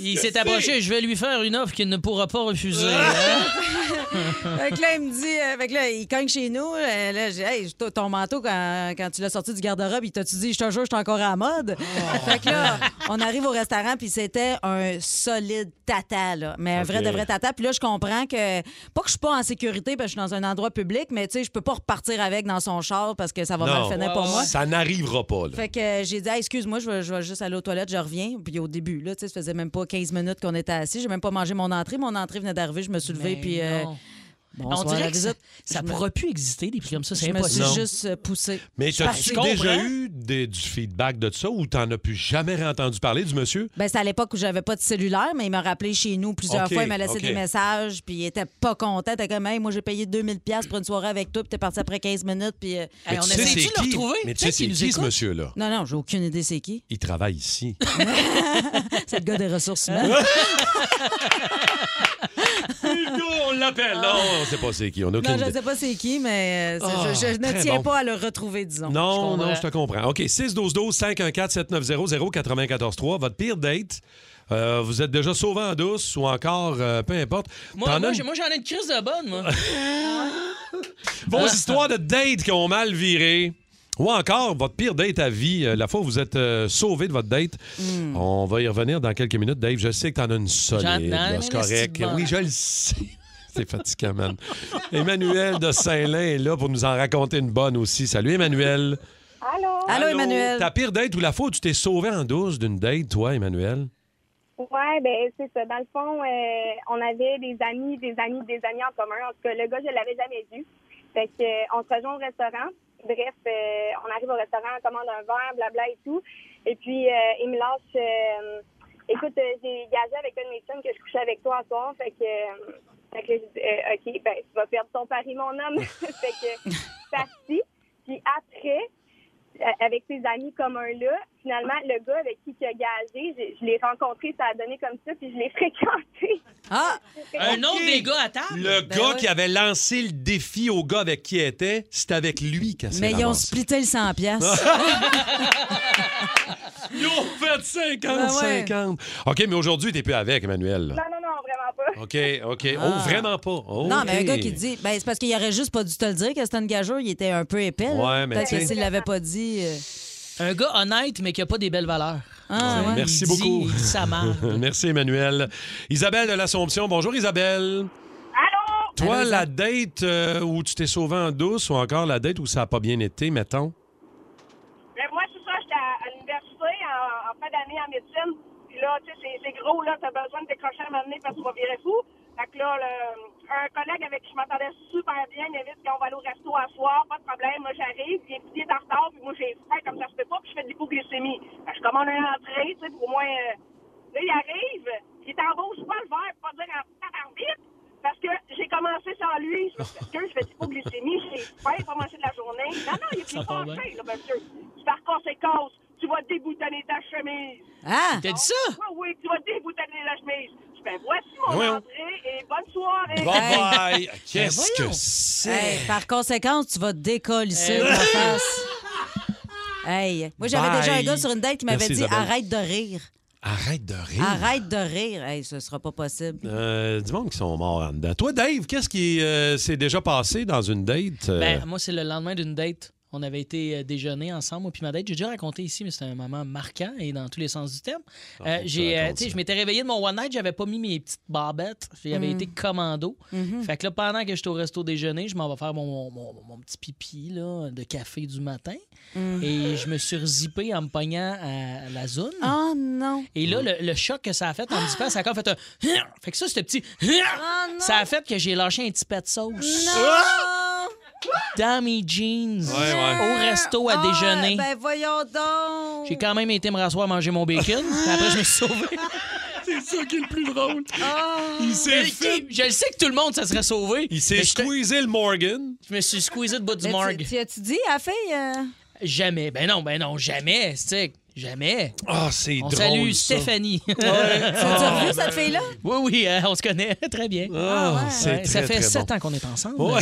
E: Il s'est approché, je vais lui faire une offre qu'il ne pourra pas refuser. hein.
C: Fait que là, il me dit, euh, fait que là, il cogne chez nous. euh, là, j'ai, hey, t- ton manteau, quand, quand tu l'as sorti du garde-robe, il t'a-tu dit, je te jure, je suis encore à la mode? Fait que là, on arrive au restaurant, puis c'était un solide tata, là. Mais un vrai
T: Ok.
C: de vrai tata. Puis là, je comprends que, pas que je suis pas en sécurité, parce que je suis dans un endroit public, mais tu sais, je peux pas repartir avec dans son char parce que ça va mal finir pour moi.
D: Ça n'arrivera pas, là.
C: Fait que euh, j'ai dit, Hey, excuse-moi, je vais, je vais juste aller aux toilettes, je reviens. Puis au début, là, tu sais, ça faisait même pas 15 minutes qu'on était assis. J'ai même pas mangé mon entrée. Mon entrée venait d'arriver, je me suis levée,
E: Mais
C: puis. euh,
E: non.
C: bonsoir,
E: On dirait
C: la
E: que
C: visite.
E: ça- ça
C: Je me-
E: pourra plus exister, des prix comme ça, c'est
C: Je me suis
E: impossible.
C: juste euh, poussée.
D: Mais
C: Je
D: t'as-tu
C: suis partie.
D: déjà eu des- du feedback de ça ou t'en as plus jamais entendu parler du monsieur?
C: Ben, c'est à l'époque où j'avais pas de cellulaire, mais il m'a rappelé chez nous plusieurs
D: Ok,
C: fois. Il m'a laissé
D: ok.
C: des messages, puis il était pas content. T'es comme, hey, moi, j'ai payé 2000$ pour une soirée avec toi, puis t'es parti après 15 minutes, puis. euh,
D: Mais tu sais c'est qui? Mais tu sais c'est qui, ce monsieur-là?
C: Non, non, j'ai aucune idée c'est qui.
D: Il travaille ici.
C: C'est le gars des ressources humaines.
D: on l'appelle. Non, on sait pas c'est qui. On a aucune
C: Non, je ne
D: idée.
C: sais pas c'est qui, mais euh, c'est-
D: Ah,
C: je, je ne
D: très
C: tiens
D: bon.
C: pas à le retrouver, disons.
D: Non,
C: comprends.
D: non, je te comprends. OK, 6 12 12 514 790 094 3 votre pire date. euh, vous êtes déjà sauvé en douce ou encore, euh, peu importe.
E: Moi,
D: T'en
E: moi,
D: as
E: j'ai- moi, j'en ai une crise de bonne, moi.
D: Vos histoires de dates qui ont mal viré. Ou encore, votre pire date à vie, euh, la fois où vous êtes euh, sauvé de votre date. On va y revenir dans quelques minutes, Dave. Je sais que t'en as une
E: J'en ai
D: solide. là,
E: une
D: C'est correct.
E: petite bonne.
D: Oui, je le sais. C'est fatigant, man. Emmanuel de Saint-Lin est là pour nous en raconter une bonne aussi. Salut, Emmanuel.
U: Allô?
C: Allô, Emmanuel.
D: Ta pire date ou la fois où tu t'es sauvé en douce d'une date, toi, Emmanuel?
U: Ouais, ben c'est ça. Dans le fond, euh, on avait des amis, des amis, des amis en commun. En tout cas, le gars, je l'avais jamais vu. Fait que euh, on se rejoint au restaurant. Bref, euh, on arrive au restaurant, on commande un verre, blabla et tout. Et puis euh, il me lâche euh, écoute, euh, j'ai gagé avec un de mes chums que je couchais avec toi à soir, fait que, euh, fait que là, j'ai dit, Euh, OK, ben tu vas perdre ton pari, mon homme. fait que je suis partie. Puis après, euh, avec ses amis communs-là. Finalement, le gars avec qui tu as gagé, j'ai- je l'ai rencontré, ça a donné comme ça, puis je l'ai fréquenté.
C: Ah!
E: Un autre des gars à table.
D: Le
E: Ben
D: gars
E: oui.
D: qui avait lancé le défi au gars avec qui il était, c'est avec lui qu'elle s'est
C: Mais ils ont
D: ramassée.
C: splitté le 100 piastres.
D: Ils ont fait 50,
C: Ben ouais.
D: 50. OK, mais aujourd'hui, t'es plus avec, Emmanuel. là.
U: Ah, Non, non, non, vraiment pas.
D: OK, OK.
C: Ah.
D: Oh, vraiment pas. OK.
C: Non, mais un gars qui dit, ben, c'est parce qu'il aurait juste pas dû te le dire que c'était une gageure, il était un peu épais. là.
D: Ouais, mais
C: Peut-être
D: tu
C: que
D: sais-
C: s'il l'avait pas dit. euh,
E: Un gars honnête, mais qui a pas des belles valeurs.
C: Ah, ouais.
D: Merci
E: Il dit-
D: beaucoup.
E: il dit ça marche.
D: Merci, Emmanuel. Isabelle de l'Assomption. Bonjour, Isabelle. Allô? Toi,
U: Allô,
D: la date euh, où tu t'es sauvé en douce ou encore la date où ça n'a pas bien été, mettons?
U: Mais Ben, moi, c'est ça, j'étais à, à l'université en, en fin d'année en médecine. Puis là, tu sais, c'est- c'est gros, là, t'as besoin de décrocher à un moment donné parce qu'on va virer fou. Fait que là, le- un collègue avec qui je m'entendais super bien, il m'a dit qu'on va aller au resto à soir, pas de problème, moi j'arrive, il est il est en retard, puis moi j'ai faim comme ça se peut pas, puis je fais de l'hypoglycémie. Fait que je commande un entrée, tu sais, pour moi. euh, là, il arrive, il t'embauche pas le verre, pour pas dire en tabarnite, parce que j'ai commencé sans lui. Je me suis dit, Excuse, je fais de l'hypoglycémie, j'ai faim pour manger de la journée. Non, non, il est
E: Ça
U: plus
E: part
U: pas faim, là, monsieur. Par conséquence, tu vas déboutonner ta chemise.
C: Ah!
E: T'as dit ça?
U: Oui, oui, tu vas déboutonner la chemise. Je fais, voici mon
D: Oui, oui.
U: entrée et bonne soirée.
D: Bye-bye.
C: Ben
D: Qu'est-ce
C: voyons.
D: que c'est?
C: Hey, par conséquence, tu vas te décolisser
D: Hey.
C: de la face. Hey. Moi, j'avais
D: Bye.
C: déjà un gars sur une date qui m'avait
D: Merci,
C: dit
D: Isabelle.
C: arrête de rire.
D: Arrête de rire.
C: Arrête de rire. Hey, ce sera pas possible.
D: Euh, du monde qui sont morts en dedans. Toi, Dave, qu'est-ce qui euh, s'est déjà passé dans une date? euh,
E: Ben, moi, c'est le lendemain d'une date. On avait été euh, déjeuner ensemble, moi puis ma date. J'ai déjà raconté ici, mais c'était un moment marquant et dans tous les sens du terme. Euh, j'ai, euh, tu sais, je m'étais réveillé de mon one night, j'avais pas mis mes petites barbettes. J'avais
V: Mm.
E: été commando.
V: Mhm.
E: Fait que là, pendant que j'étais au resto déjeuner, je m'en vais faire mon, mon- mon- mon petit pipi là, de café du matin.
V: Mm.
E: Et je me suis rezippé en me pognant à la zone.
V: Ah.
C: Oh non!
E: Et là, le, le choc que ça a fait en me disant, ça a encore fait un.
V: Ah!
E: Fait que ça, c'était petit. Ça a fait que j'ai lâché un petit pet de sauce. Dans mes jeans.
C: Ah! Ouais, ouais.
E: Au resto à
C: Ah,
E: déjeuner.
C: Ben voyons donc.
E: J'ai quand même été me rasseoir manger mon bacon. puis après, je me suis sauvé.
D: C'est ça qui est le plus drôle.
C: Ah.
E: Il
D: s'est
E: fait. Je le sais que tout le monde, ça serait sauvé.
D: Il s'est squeezé le Morgan.
E: Je me suis squeezé le bout du
C: Mais tu-
E: morgue.
C: Tu as-tu dit à la fille? euh,
E: Jamais. Ben non, ben non, jamais. Stick. Jamais.
D: Ah, c'est
E: On
D: drôle,
E: salue
D: ça.
E: Stéphanie. Ah,
D: Ouais.
C: T'as revu cette fille-là?
E: Oui, oui, euh, on se connaît très bien.
D: Ah, ouais. c'est
E: ça
D: très,
E: fait
D: très
E: sept
D: bon.
E: ans qu'on est ensemble.
D: Ouais.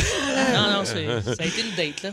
E: non, non, c'est- ça a été une date, là.